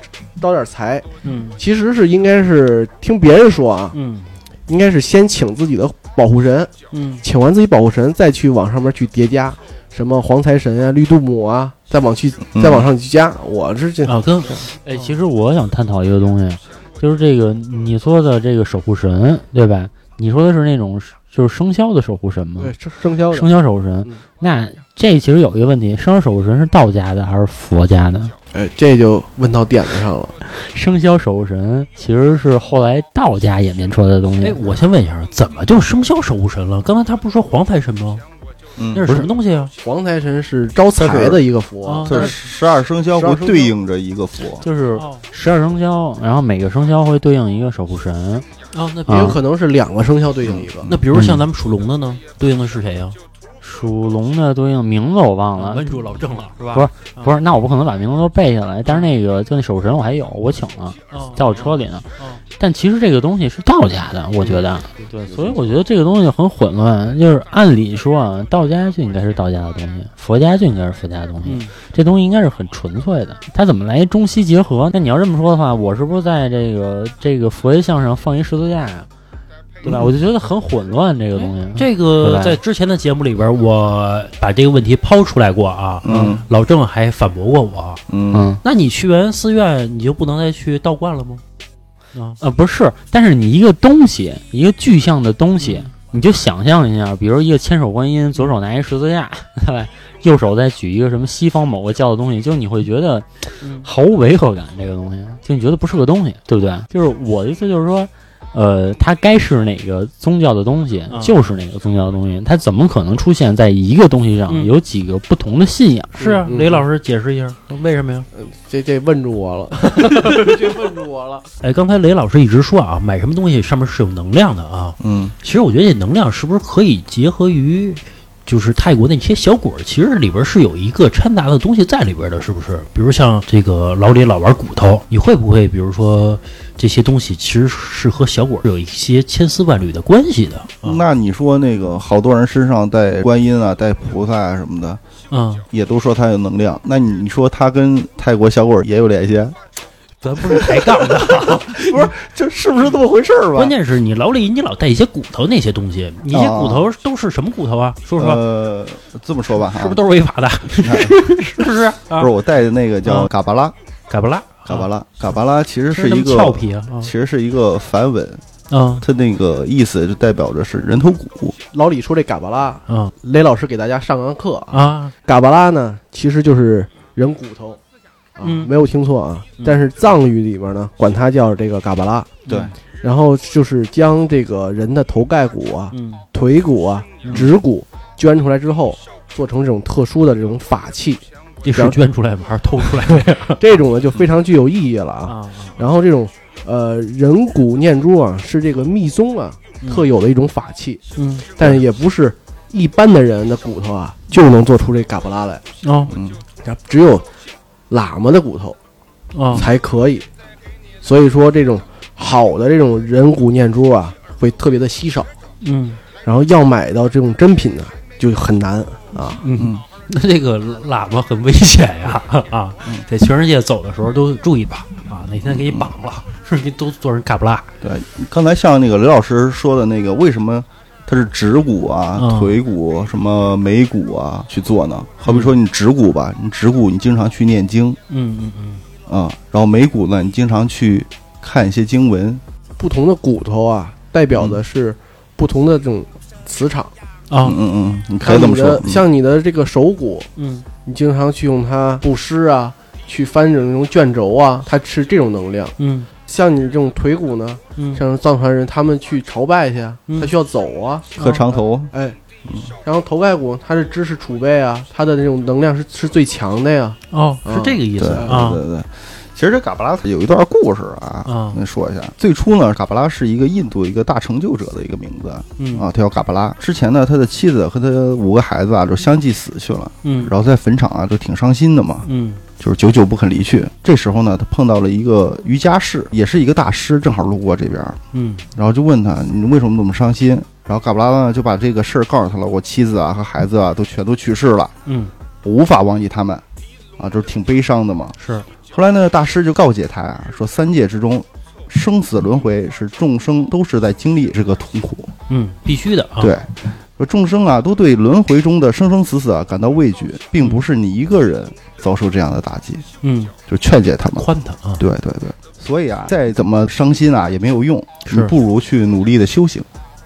Speaker 6: 招点财。
Speaker 3: 嗯
Speaker 6: 其实是应该是听别人说啊，
Speaker 3: 嗯
Speaker 6: 应该是先请自己的保护神，
Speaker 3: 嗯
Speaker 6: 请完自己保护神，再去往上面去叠加，什么黄财神啊、绿度母啊，再往去
Speaker 4: 嗯
Speaker 6: 再往上去加。我是这
Speaker 3: 啊跟
Speaker 5: 哎，其实我想探讨一个东西，就是这个你说的这个守护神，对吧？你说的是那种就是生肖的守护神吗？
Speaker 6: 对生生肖的，
Speaker 5: 生肖守护神
Speaker 6: 嗯，
Speaker 5: 那这其实有一个问题，生肖守护神是道家的还是佛家的？
Speaker 6: 哎，这就问到点子上了。
Speaker 5: 生肖守护神其实是后来道家演变出来的东西。
Speaker 3: 哎，我先问一下，怎么就生肖守护神了？刚才他不是说黄财神吗？
Speaker 4: 嗯
Speaker 3: 那是什么东西啊？
Speaker 6: 黄财神是招财的一个
Speaker 3: 啊
Speaker 6: 佛，
Speaker 4: 这是十二生肖会对应着一个佛，
Speaker 5: 就是
Speaker 3: 哦
Speaker 5: 十二生肖，然后每个生肖会对应一个守护神，
Speaker 3: 啊，那比嗯
Speaker 6: 也
Speaker 3: 如
Speaker 6: 有可能是两个生肖对应一个。
Speaker 3: 那比如像咱们属龙的呢，对应的是谁呀？
Speaker 5: 属龙的东西名字我忘了，
Speaker 3: 稳住老郑了是吧？
Speaker 5: 不是不是，那我不可能把名字都背下来，但是那个就那守护神我还有，我请了，
Speaker 3: 哦，
Speaker 5: 在我车里呢。
Speaker 3: 哦。嗯
Speaker 5: 但其实这个东西是道家的，我觉得，对，所以我觉得这个东西很混乱。就是按理说啊，道家就应该是道家的东西，佛家就应该是佛家的东西，
Speaker 3: 嗯
Speaker 5: 这东西应该是很纯粹的。它怎么来中西结合？那你要这么说的话，我是不是在这个这个佛爷像上放一十字架呀、对吧？我就觉得很混乱，这个东西。
Speaker 3: 哎
Speaker 5: 嗯
Speaker 3: 这
Speaker 5: 对
Speaker 3: 个
Speaker 5: 吧
Speaker 3: 在之前的节目里边，我把这个问题抛出来过啊。
Speaker 4: 嗯，
Speaker 3: 老郑还反驳过我。
Speaker 4: 嗯
Speaker 5: 嗯
Speaker 3: 那你去完寺院，你就不能再去道观了吗？啊
Speaker 5: 呃不是，但是你一个东西，一个具象的东
Speaker 3: 嗯
Speaker 5: 西，你就想象一下，比如一个千手观音，左手拿一十字架， 对吧？右手再举一个什么西方某个教的东西，就你会觉得
Speaker 3: 嗯
Speaker 5: 毫无违和感，这个东西，就你觉得不是个东西，对不对？就是我的意思就是说。呃，它该是哪个宗教的东西，
Speaker 3: 嗯
Speaker 5: 就是哪个宗教的东西。它怎么可能出现在一个东西上
Speaker 3: 嗯
Speaker 5: 有几个不同的信仰？
Speaker 3: 是啊，
Speaker 6: 嗯
Speaker 3: 雷老师解释一下为什么呀？
Speaker 6: 这这问住我了，这问住我了。
Speaker 3: 哎，刚才雷老师一直说啊，买什么东西上面是有能量的啊。
Speaker 4: 嗯
Speaker 3: 其实我觉得这能量是不是可以结合于，就是泰国那些小果儿，其实里边是有一个掺杂的东西在里边的，是不是？比如像这个老李老玩骨头，你会不会比如说这些东西其实是和小果儿有一些千丝万缕的关系的？啊
Speaker 4: 那你说那个好多人身上带观音啊、带菩萨啊什么的，
Speaker 3: 嗯，
Speaker 4: 也都说他有能量。那你说他跟泰国小鬼也有联系？
Speaker 3: 咱不是抬杠 的，
Speaker 4: 不是， 这是不是这么回事儿吧？
Speaker 3: 关键是你老李你老带一些骨头那些东西，你这些骨头都是什么骨头啊？说实话，
Speaker 4: 呃，这么说吧，
Speaker 3: 是不是都是违法的？哦是不是
Speaker 4: 啊
Speaker 3: 啊
Speaker 4: 不是？我带的那个叫嘎巴拉，
Speaker 3: 卡布拉，
Speaker 4: 嘎巴拉，嘎巴拉其实
Speaker 3: 是
Speaker 4: 啊是
Speaker 3: 那
Speaker 4: 一
Speaker 3: 么
Speaker 4: 个
Speaker 3: 俏皮啊？
Speaker 4: 其实是一个梵文，
Speaker 3: 啊
Speaker 4: 它那个意思就代表着是人头骨。
Speaker 6: 老李说这嘎巴拉，
Speaker 3: 啊
Speaker 6: 雷老师给大家上堂课啊。
Speaker 3: 啊！
Speaker 6: 嘎巴拉呢，其实就是人骨头，啊，
Speaker 3: 嗯
Speaker 6: 没有听错啊。但是藏语里边呢，管它叫这个嘎巴拉，
Speaker 4: 对，
Speaker 6: 然后就是将这个人的头盖骨啊、
Speaker 3: 嗯
Speaker 6: 腿骨啊、指骨捐出来之后，做成这种特殊的这种法器，
Speaker 3: 这是捐出来吗？还是偷 出来的？
Speaker 6: 这种呢就非常具有意义了啊。
Speaker 3: 啊，
Speaker 6: 然后这种呃人骨念珠啊，是这个密宗啊特有的一种法器，
Speaker 3: 嗯，
Speaker 6: 但是也不是一般的人的骨头啊就能做出这嘎巴拉来，
Speaker 3: 哦
Speaker 6: 只有喇嘛的骨头
Speaker 3: 哦，
Speaker 6: 才可以。所以说这种好的这种人骨念珠啊，会特别的稀少，
Speaker 3: 嗯
Speaker 6: 然后要买到这种真品呢、就很难啊。
Speaker 3: 嗯。那这个喇嘛很危险呀！啊，在全世界走的时候都注意吧！啊，哪天给你绑了，是给都做成卡布拉。
Speaker 4: 对，刚才像那个刘老师说的那个，为什么它是指骨啊、
Speaker 3: 嗯
Speaker 4: 腿骨、什么眉骨啊去做呢？好比说你指骨吧，你指骨你经常去念经
Speaker 3: 嗯嗯嗯，
Speaker 4: 啊、然后眉骨呢，你经常去看一些经文。
Speaker 6: 不同的骨头啊，代表的是不同的这种磁场。
Speaker 4: 嗯
Speaker 3: 哦，
Speaker 4: 嗯嗯，你可
Speaker 6: 像
Speaker 4: 以这
Speaker 6: 你
Speaker 4: 么说
Speaker 6: 的。像你的这个手骨，
Speaker 3: 嗯
Speaker 6: 你经常去用它布施啊，去翻这种卷轴啊，它是这种能量。
Speaker 3: 嗯
Speaker 6: 像你这种腿骨呢，
Speaker 3: 嗯
Speaker 6: 像藏传人他们去朝拜去啊，
Speaker 3: 嗯
Speaker 6: 他需要走啊，
Speaker 4: 嗯、磕长头，
Speaker 6: 哎，然后头盖骨它是知识储备啊，它的这种能量是是最强的呀。
Speaker 3: 哦，是这个意
Speaker 4: 对
Speaker 3: 思
Speaker 4: 对
Speaker 3: 啊
Speaker 4: 对对。其实这嘎巴拉有一段故事啊，
Speaker 3: 啊
Speaker 4: 跟你说一下。最初呢，嘎巴拉是一个印度一个大成就者的一个名字，
Speaker 3: 嗯
Speaker 4: 啊，他叫嘎巴拉。之前呢，他的妻子和他五个孩子啊，就相继死去了，
Speaker 3: 嗯
Speaker 4: 然后在坟场啊，就挺伤心的嘛，
Speaker 3: 嗯
Speaker 4: 就是久久不肯离去。这时候呢，他碰到了一个瑜伽士，也是一个大师，正好路过这边，
Speaker 3: 嗯
Speaker 4: 然后就问他你为什么这么伤心？然后嘎巴拉呢就把这个事儿告诉他了，我妻子啊和孩子啊都全都去世了，
Speaker 3: 嗯，
Speaker 4: 我无法忘记他们，啊，就是挺悲伤的嘛。
Speaker 3: 是
Speaker 4: 后来呢，大师就告诫他啊，说三界之中，生死轮回是众生都是在经历这个痛苦，
Speaker 3: 嗯，必须的啊。
Speaker 4: 对，说众生啊都对轮回中的生生死死啊感到畏惧，并不是你一个人遭受这样的打击，
Speaker 3: 嗯，
Speaker 4: 就劝诫他们。
Speaker 3: 宽他啊，
Speaker 4: 对对对，所以啊，再怎么伤心啊也没有用，
Speaker 3: 是
Speaker 4: 你不如去努力的修行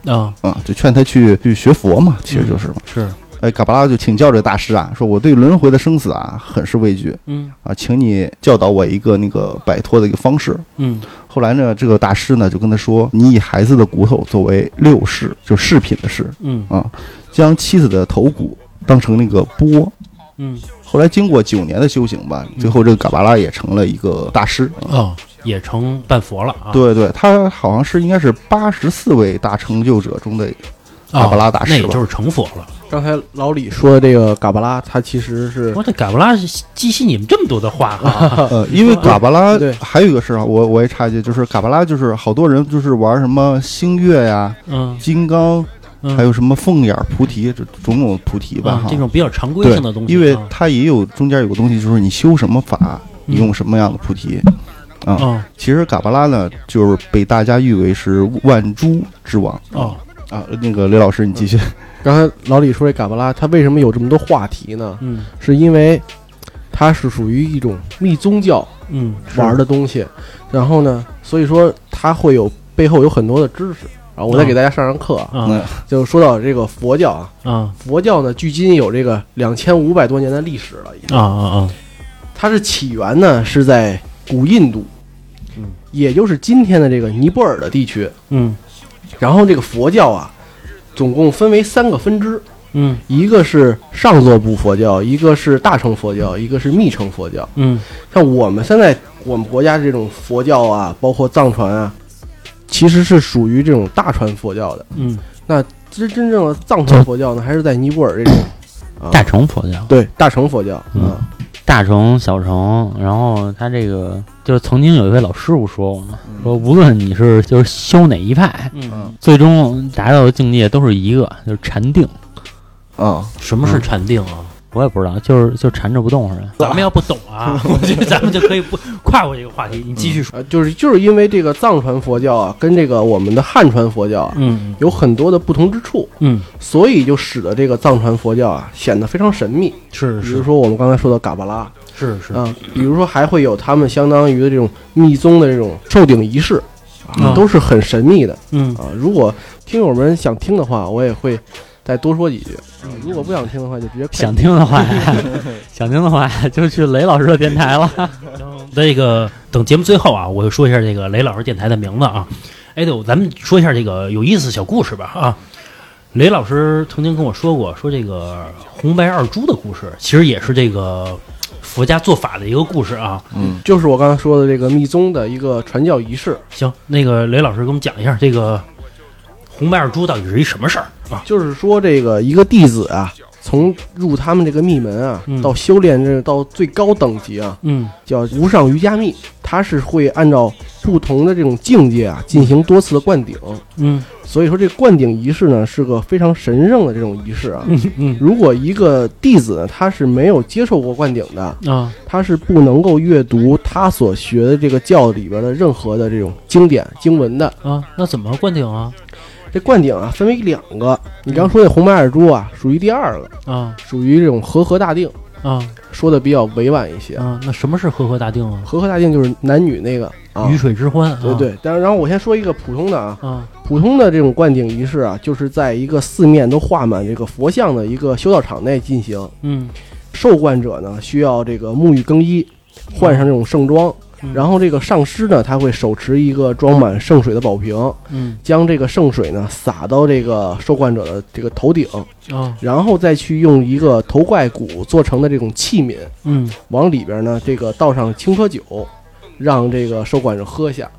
Speaker 3: 啊
Speaker 4: 啊，就劝他去去学佛嘛，其实就是嘛。
Speaker 3: 是，
Speaker 4: 哎，嘎巴拉就请教这大师啊，说我对轮回的生死啊很是畏惧
Speaker 3: 嗯
Speaker 4: 啊，请你教导我一个那个摆脱的一个方式。
Speaker 3: 嗯
Speaker 4: 后来呢，这个大师呢就跟他说，你以孩子的骨头作为六饰，就饰品的饰，
Speaker 3: 嗯
Speaker 4: 啊，将妻子的头骨当成那个钵。
Speaker 3: 嗯
Speaker 4: 后来经过九年的修行吧，最后这个嘎巴拉也成了一个大师。啊
Speaker 3: 哦，也成半佛了啊。
Speaker 4: 对对，他好像是应该是八十四位大成就者中的
Speaker 3: 啊，
Speaker 4: 卡巴拉大师吧
Speaker 3: 那也就是成佛了。
Speaker 6: 刚才老李说的这个嘎巴拉，它其实是
Speaker 3: 我这嘎布拉是记细你们这么多的话啊哈，
Speaker 4: 呃，因为嘎巴拉
Speaker 6: 对
Speaker 4: 还有一个事啊，我我也插一句，就是嘎巴拉就是好多人就是玩什么星月呀、
Speaker 3: 嗯，
Speaker 4: 金刚，
Speaker 3: 嗯
Speaker 4: 还有什么凤眼菩提，这种种菩提吧，
Speaker 3: 啊
Speaker 4: 哈
Speaker 3: 这种比较常规
Speaker 4: 对
Speaker 3: 性的东西啊，
Speaker 4: 因为它也有中间有个东西，就是你修什么法，
Speaker 3: 嗯
Speaker 4: 你用什么样的菩提。啊，
Speaker 3: 哦
Speaker 4: 其实嘎巴拉呢，就是被大家誉为是万株之王
Speaker 3: 哦，
Speaker 4: 啊。那个雷老师，你继续。
Speaker 6: 刚才老李说这嘎巴拉，它为什么有这么多话题呢？
Speaker 3: 嗯
Speaker 6: 是因为它是属于一种密宗教
Speaker 3: 嗯
Speaker 6: 玩 的东西，然后呢，所以说它会有背后有很多的知识。啊，我再
Speaker 3: 嗯
Speaker 6: 给大家上上课啊，
Speaker 3: 啊
Speaker 6: 就说到这个佛教啊，
Speaker 3: 啊
Speaker 6: 佛教呢，距今有这个两千五百多年的历史了，已经。
Speaker 3: 啊啊
Speaker 6: 它是起源呢是在古印度，
Speaker 3: 嗯
Speaker 6: 也就是今天的这个尼泊尔的地区。
Speaker 3: 嗯
Speaker 6: 然后这个佛教啊，总共分为三个分支，
Speaker 3: 嗯
Speaker 6: 一个是上座部佛教，一个是大乘佛教，一个是密乘佛教。
Speaker 3: 嗯
Speaker 6: 像我们现在我们国家这种佛教啊，包括藏传啊，其实是属于这种大传佛教的。
Speaker 3: 嗯
Speaker 6: 真真正的藏传佛教呢，还是在尼泊尔这种啊
Speaker 5: 大乘佛教，
Speaker 6: 对大乘佛教
Speaker 5: 嗯
Speaker 6: 啊，
Speaker 5: 大乘、小乘，然后他这个就是曾经有一位老师傅说过嘛，说无论你是就是修哪一派，
Speaker 3: 嗯，
Speaker 5: 最终达到的境界都是一个，就是禅定。
Speaker 4: 啊，
Speaker 3: 什么是禅定啊？
Speaker 4: 嗯
Speaker 5: 我也不知道，就是就缠着不动是吧？
Speaker 3: 咱们要不懂 啊，我觉得 咱们就可以不跨过这个话题，你继续说。
Speaker 6: 啊，就是就是因为这个藏传佛教啊，跟这个我们的汉传佛教啊，
Speaker 3: 嗯
Speaker 6: 有很多的不同之处，
Speaker 3: 嗯，
Speaker 6: 所以就使得这个藏传佛教啊显得非常神秘。
Speaker 4: 嗯
Speaker 3: 是
Speaker 6: 比如说我们刚才说的嘎巴拉啊、
Speaker 3: 是是
Speaker 6: 比如说还会有他们相当于的这种密宗的这种寿顶仪式啊，
Speaker 3: 嗯
Speaker 6: 都是很神秘的
Speaker 3: 嗯
Speaker 6: 啊。如果听友们想听的话，我也会再多说几句。
Speaker 3: 嗯
Speaker 6: 啊如果不想听的话，就直接快
Speaker 5: 想听 的话，想听的话就去雷老师的电台了。
Speaker 3: 那个等节目最后啊，我就说一下这个雷老师电台的名字啊。哎，对，咱们说一下这个有意思的小故事吧啊。雷老师曾经跟我说过，说这个红白二猪的故事，其实也是这个佛家做法的一个故事啊。
Speaker 6: 就是我刚才说的这个密宗的一个传教仪式，
Speaker 3: 行，那个雷老师给我们讲一下这个红白二猪到底是一什么事儿啊？
Speaker 6: 就是说这个一个弟子啊，从入他们这个密门啊，
Speaker 3: 嗯
Speaker 6: 到修炼这到最高等级啊，
Speaker 3: 嗯
Speaker 6: 叫无上瑜伽密，他是会按照不同的这种境界啊，进行多次的灌顶。
Speaker 3: 嗯
Speaker 6: 所以说这灌顶仪式呢，是个非常神圣的这种仪式啊。
Speaker 3: 嗯
Speaker 6: 如果一个弟子呢他是没有接受过灌顶的，
Speaker 3: 啊
Speaker 6: 他是不能够阅读他所学的这个教里边的任何的这种经典经文的。
Speaker 3: 啊，那怎么灌顶啊？
Speaker 6: 这灌顶啊，分为两个，你刚说那红白耳珠啊，属于第二个。
Speaker 3: 啊
Speaker 6: 属于这种和合大定，
Speaker 3: 啊
Speaker 6: 说的比较委婉一些。
Speaker 3: 啊！那什么是和合大定啊？
Speaker 6: 和合大定就是男女那个啊
Speaker 3: 鱼，水之欢啊，
Speaker 6: 对对。但是然后我先说一个普通的啊，
Speaker 3: 啊
Speaker 6: 普通的这种灌顶仪式啊，就是在一个四面都画满这个佛像的一个修道场内进行。
Speaker 3: 嗯
Speaker 6: 受灌者呢需要这个沐浴更衣，换上这种盛装。
Speaker 3: 嗯
Speaker 6: 然后这个上师呢，他会手持一个装满圣水的宝瓶，
Speaker 3: 嗯
Speaker 6: 将这个圣水呢洒到这个受灌者的这个头顶，
Speaker 3: 啊
Speaker 6: 然后再去用一个头盖骨做成的这种器皿，
Speaker 3: 嗯
Speaker 6: 往里边呢这个倒上青稞酒，让这个受灌者喝下。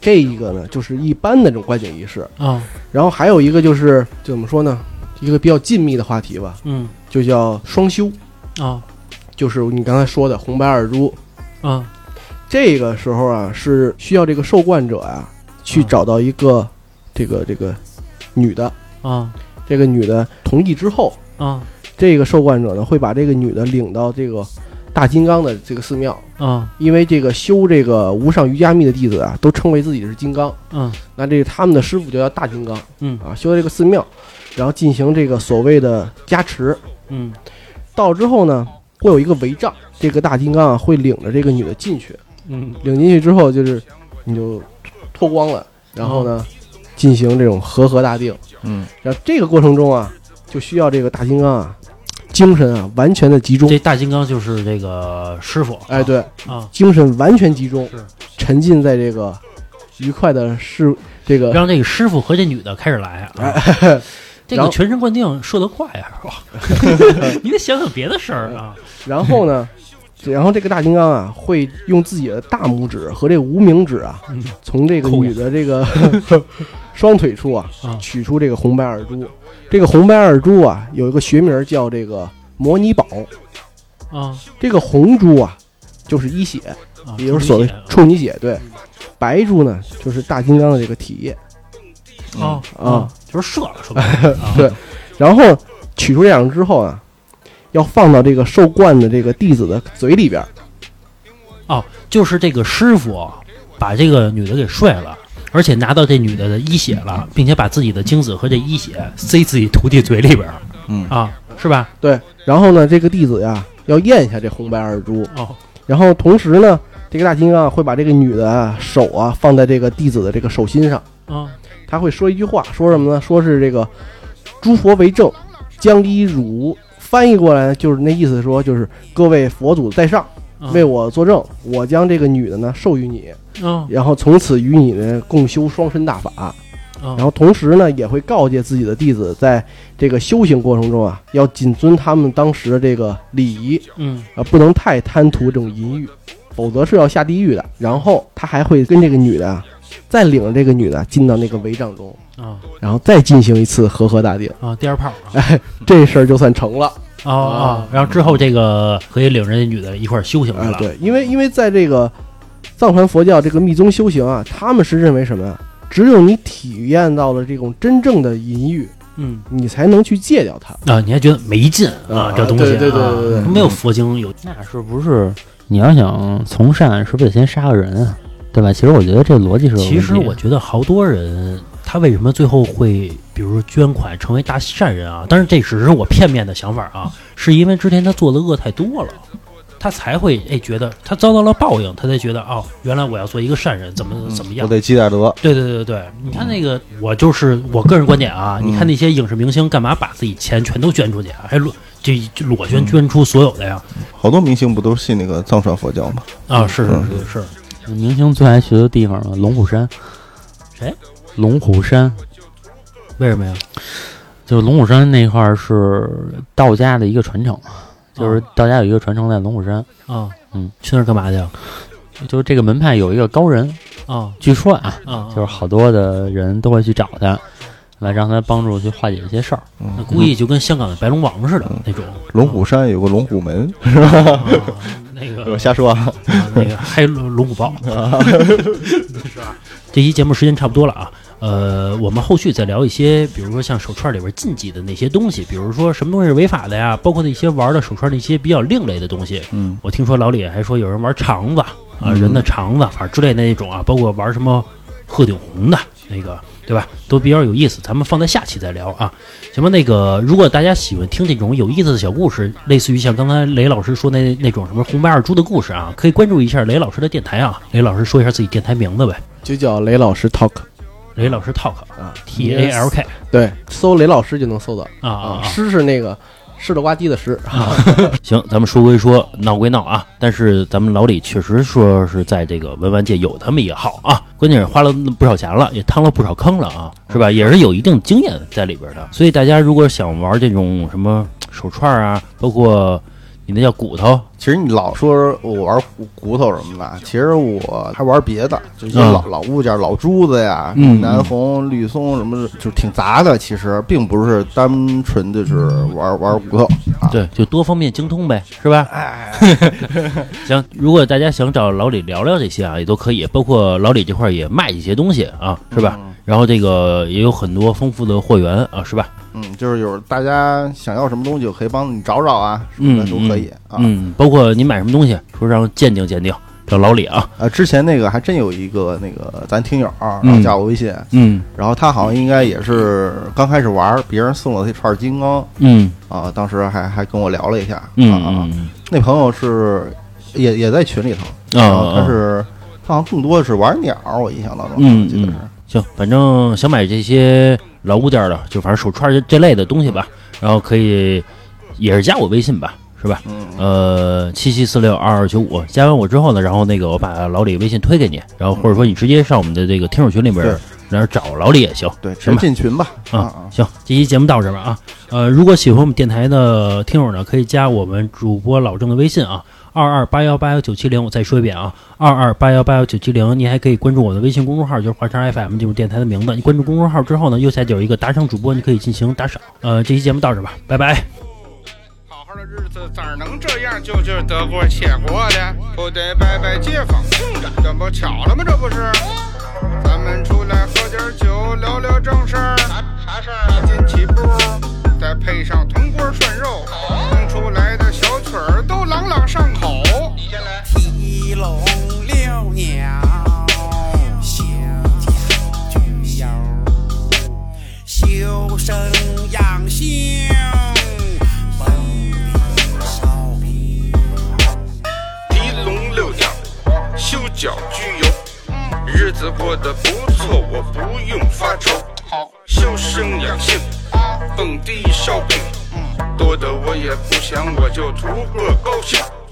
Speaker 6: 这一个呢，就是一般的这种灌顶仪式。
Speaker 3: 啊
Speaker 6: 然后还有一个就是就怎么说呢，一个比较静谧的话题吧，
Speaker 3: 嗯
Speaker 6: 就叫双修，
Speaker 3: 啊
Speaker 6: 就是你刚才说的红白二珠。
Speaker 3: 啊
Speaker 6: 这个时候啊，是需要这个受灌者啊去
Speaker 3: 嗯
Speaker 6: 找到一个这个这个女的，
Speaker 3: 啊
Speaker 6: 这个女的同意之后，
Speaker 3: 啊
Speaker 6: 这个受灌者呢会把这个女的领到这个大金刚的这个寺庙。
Speaker 3: 啊
Speaker 6: 因为这个修这个无上瑜伽密的弟子啊，都称为自己是金刚，
Speaker 3: 嗯
Speaker 6: 那这个他们的师傅就叫大金刚
Speaker 3: 嗯
Speaker 6: 啊，修这个寺庙，然后进行这个所谓的加持。
Speaker 3: 嗯
Speaker 6: 到之后呢，会有一个围障，这个大金刚啊会领着这个女的进去，
Speaker 3: 嗯
Speaker 6: 领进去之后就是你就脱光了，然后呢进行这种和合大定。
Speaker 4: 嗯，
Speaker 6: 然后这个过程中啊，就需要这个大金刚啊精神啊完全的集中，
Speaker 3: 这大金刚就是这个师傅，
Speaker 6: 哎，对，
Speaker 3: 啊，
Speaker 6: 精神完全集中
Speaker 3: 是，
Speaker 6: 沉浸在这个愉快的事这个
Speaker 3: 让这个师傅和这女的开始来啊。这
Speaker 6: 哎然
Speaker 3: 个
Speaker 6: 后
Speaker 3: 全身 灌定射得快啊，是吧？你得想想别的事儿啊。
Speaker 6: 然后呢，然后这个大金刚啊，会用自己的大拇指和这无名指啊，从这个
Speaker 3: 嗯扣
Speaker 6: 女的这个 双腿处啊
Speaker 3: 啊，
Speaker 6: 取出这个红白耳珠。这个红白耳珠啊，有一个学名叫这个模拟宝。
Speaker 3: 啊，
Speaker 6: 这个红珠啊，就是一血，
Speaker 3: 啊
Speaker 6: 也就是所谓处女血。对，白珠呢，就是大金刚的这个体液。
Speaker 3: 啊
Speaker 6: 啊，
Speaker 3: 就是射了，说白了啊
Speaker 6: 对然后取出这两个之后啊，要放到这个受灌的这个弟子的嘴里边儿。
Speaker 3: 就是这个师傅把这个女的给睡了。而且拿到这女的的一血了，并且把自己的精子和这一血塞自己徒弟嘴里边儿，
Speaker 4: 嗯
Speaker 3: 啊，是吧？
Speaker 6: 对，然后呢，这个弟子呀要咽下这红白二珠，
Speaker 3: 哦，
Speaker 6: 然后同时呢，这个大金刚会把这个女的啊手啊放在这个弟子的这个手心上，
Speaker 3: 啊，
Speaker 6: 他会说一句话，说什么呢？说是这个诸佛为证，将依汝。翻译过来就是那意思，说就是各位佛祖在上
Speaker 3: 啊
Speaker 6: 为我作证，我将这个女的呢授予你，
Speaker 3: 啊
Speaker 6: 然后从此与你呢共修双身大法。
Speaker 3: 啊
Speaker 6: 然后同时呢，也会告诫自己的弟子，在这个修行过程中啊，要谨遵他们当时的这个礼仪
Speaker 3: 嗯
Speaker 6: 啊，不能太贪图这种淫欲，否则是要下地狱的。然后他还会跟这个女的啊，再领着这个女的进到那个帷帐中，
Speaker 3: 啊
Speaker 6: 然后再进行一次和合大定，
Speaker 3: 啊，第二炮啊
Speaker 6: 这事儿就算成了。
Speaker 3: 啊啊，然后之后这个可以领着这女的一块儿修行去
Speaker 6: 啊
Speaker 3: 了，，
Speaker 6: 对，因为因为在这个藏传佛教这个密宗修行啊，他们是认为什么呀？只有你体验到了这种真正的淫欲，
Speaker 3: 嗯。
Speaker 6: 你才能去戒掉它。
Speaker 3: 啊，你还觉得没劲啊
Speaker 6: 啊？
Speaker 3: 这东西啊，
Speaker 6: 对对对对对
Speaker 3: 没有佛经有
Speaker 5: 那是不是你要想从善，是不是得先杀个人啊？对吧？其实我觉得这逻辑是有问题
Speaker 3: 其
Speaker 5: 的
Speaker 3: 实我觉得好多人他为什么最后会，比如说捐款成为大善人啊？当然这只是我片面的想法啊，是因为之前他做的恶太多了，他才会哎觉得他遭到了报应，他才觉得哦，原来我要做一个善人，怎么怎么样
Speaker 4: 我？得积点德。
Speaker 3: 对对对对对，你看那个，
Speaker 5: 嗯
Speaker 3: 我就是我个人观点啊，你看那些影视明星干嘛把自己钱全都捐出去啊？还裸这这裸
Speaker 5: 嗯
Speaker 3: 捐捐出所有的呀？
Speaker 4: 好多明星不都信那个藏传佛教吗？
Speaker 3: 啊，是
Speaker 5: 嗯
Speaker 3: 是是是，
Speaker 5: 明星最爱去的地方嘛，龙虎山。
Speaker 3: 谁？
Speaker 5: 龙虎山
Speaker 3: 为什么呀？
Speaker 5: 就是龙虎山那块儿是道家的一个传承，就是道家有一个传承在龙虎山，
Speaker 3: 啊，
Speaker 5: 嗯，
Speaker 3: 去那儿干嘛去啊？
Speaker 5: 就是这个门派有一个高人，
Speaker 3: 啊
Speaker 5: 据说啊，
Speaker 3: 啊，
Speaker 5: 就是好多的人都会去找他，来让他帮助去化解一些事儿。
Speaker 3: 那估计就跟香港的白龙王似的
Speaker 5: 嗯
Speaker 3: 那种。
Speaker 4: 龙虎山有个龙 虎门，
Speaker 3: 啊那个
Speaker 4: 我瞎说啊。
Speaker 3: 啊那个还有龙虎豹，是吧？这期节目时间差不多了啊。呃，我们后续再聊一些，比如说像手串里边禁忌的那些东西，比如说什么东西是违法的呀，包括那些玩的手串的一些比较另类的东西。
Speaker 4: 嗯，
Speaker 3: 我听说老李还说有人玩肠子啊，人的肠子，反正之类的那种啊，包括玩什么鹤顶红的那个，对吧？都比较有意思，咱们放在下期再聊啊。行吧，那个如果大家喜欢听这种有意思的小故事，类似于像刚才雷老师说那那种什么红白二猪的故事啊，可以关注一下雷老师的电台啊。雷老师说一下自己电台名字呗，
Speaker 6: 就叫雷老师 talk
Speaker 3: 雷老师 talk
Speaker 6: 啊
Speaker 3: T A L K
Speaker 6: 对，搜雷老师就能搜到
Speaker 3: 啊啊啊。
Speaker 6: 诗是那个湿了呱唧的湿，
Speaker 3: 行，咱们说归说，闹归闹啊，但是咱们老李确实说是在这个文玩界有他们一号啊，关键是花了不少钱了，也趟了不少坑了啊，是吧？也是有一定经验在里边的，所以大家如果想玩这种什么手串啊，包括你那叫骨头，
Speaker 4: 其实你老说我玩骨骨头什么的，其实我还玩别的，就一些
Speaker 3: 嗯
Speaker 4: 老、老物件、老珠子呀，
Speaker 3: 嗯
Speaker 4: 南红、绿松什么的，就挺杂的。其实并不是单纯的就是玩玩骨头啊。哎
Speaker 3: 对，就多方面精通呗，是吧？ 行，如果大家想找老李聊聊这些啊，也都可以，包括老李这块儿也卖一些东西啊，是吧？然后这个也有很多丰富的货源啊，是吧？
Speaker 4: 嗯，就是有大家想要什么东西，我可以帮你找找啊，什么
Speaker 3: 嗯，
Speaker 4: 的都可以啊。
Speaker 3: 嗯，包括你买什么东西，说让鉴定鉴定，找老李啊。
Speaker 4: 呃，之前那个还真有一个那个咱听友，啊然后
Speaker 3: 嗯
Speaker 4: 加我微信，
Speaker 3: 嗯
Speaker 4: 然后他好像应该也是刚开始玩，别人送了他一串金刚
Speaker 3: 嗯
Speaker 4: 啊，当时还还跟我聊了一下，啊啊，
Speaker 3: 嗯
Speaker 4: 那朋友是也也在群里头，
Speaker 3: 嗯
Speaker 4: 然后
Speaker 3: 啊，
Speaker 4: 他是他好像更多的是玩鸟，我印象当中，
Speaker 3: 嗯
Speaker 4: 我记得是，
Speaker 3: 行，反正想买这些老物件儿的，就反正手串儿这这类的东西吧，然后可以也是加我微信吧，是吧？呃，七七四六二二九五，加完我之后呢，然后那个我把老李微信推给你，然后或者说你直接上我们的这个听友群里边
Speaker 4: 对
Speaker 3: 儿，然后找老李也行。
Speaker 4: 对，直
Speaker 3: 行
Speaker 4: 接
Speaker 3: 吧
Speaker 4: 进群吧，啊
Speaker 3: 啊
Speaker 4: 啊，，
Speaker 3: 行，这期节目到这边啊。呃，如果喜欢我们电台的听友呢，可以加我们主播老郑的微信啊，二二八幺八幺九七零。我再说一遍啊，二二八幺八幺九七零。您还可以关注我的微信公众号，就是华晨 FM，就是电台的名字。你关注公众号之后呢，右下角有一个打赏主播，你可以进行打赏。呃，这期节目到这吧，拜拜。
Speaker 2: 好好的日子咋能这样就劲儿得过且过的？不得拜拜街坊亲家，这不巧了吗？这不是，咱们出来喝点酒，聊聊正事儿。啥啥事儿啊？进起步，再配上铜锅涮肉，弄出来的小曲儿都朗朗上口。你先来。
Speaker 1: 提笼遛鸟，行家聚友，修身养性，蹦迪烧瓶。
Speaker 2: 提笼遛鸟，修脚居游，日子过得不错，我不用发愁。修身养性，蹦迪烧饼，多的我也不想，我就图个高兴。
Speaker 1: 思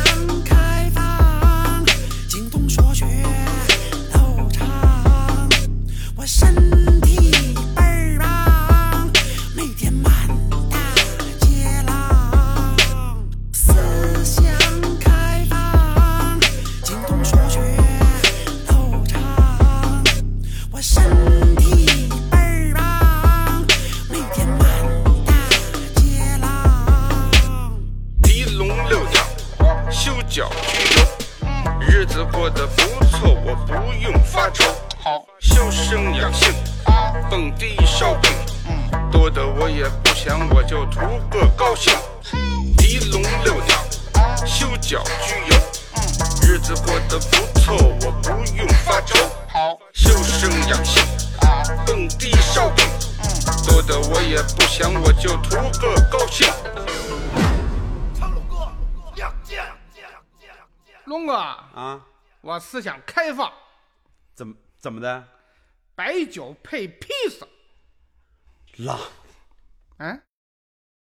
Speaker 1: 想开放，精通所学都长。我身体倍儿棒，每天满大街浪。思想开放，精通所学都长。我身体倍儿棒，每天满大街浪。
Speaker 2: 提笼遛鸟，修脚居游，日子过得不错，我不用发愁。修身养性，蹦迪烧饼，多的我也不想，我就图个高兴。提笼遛鸟，修脚居游，日子过得不错，我不用发愁。修身养性，蹦迪烧饼，多的我也不想，我就图个高兴。
Speaker 7: 龙哥，
Speaker 8: 啊？
Speaker 7: 我思想开放，
Speaker 8: 怎么怎么的？
Speaker 7: 白酒配披萨，
Speaker 8: 辣。
Speaker 7: 嗯。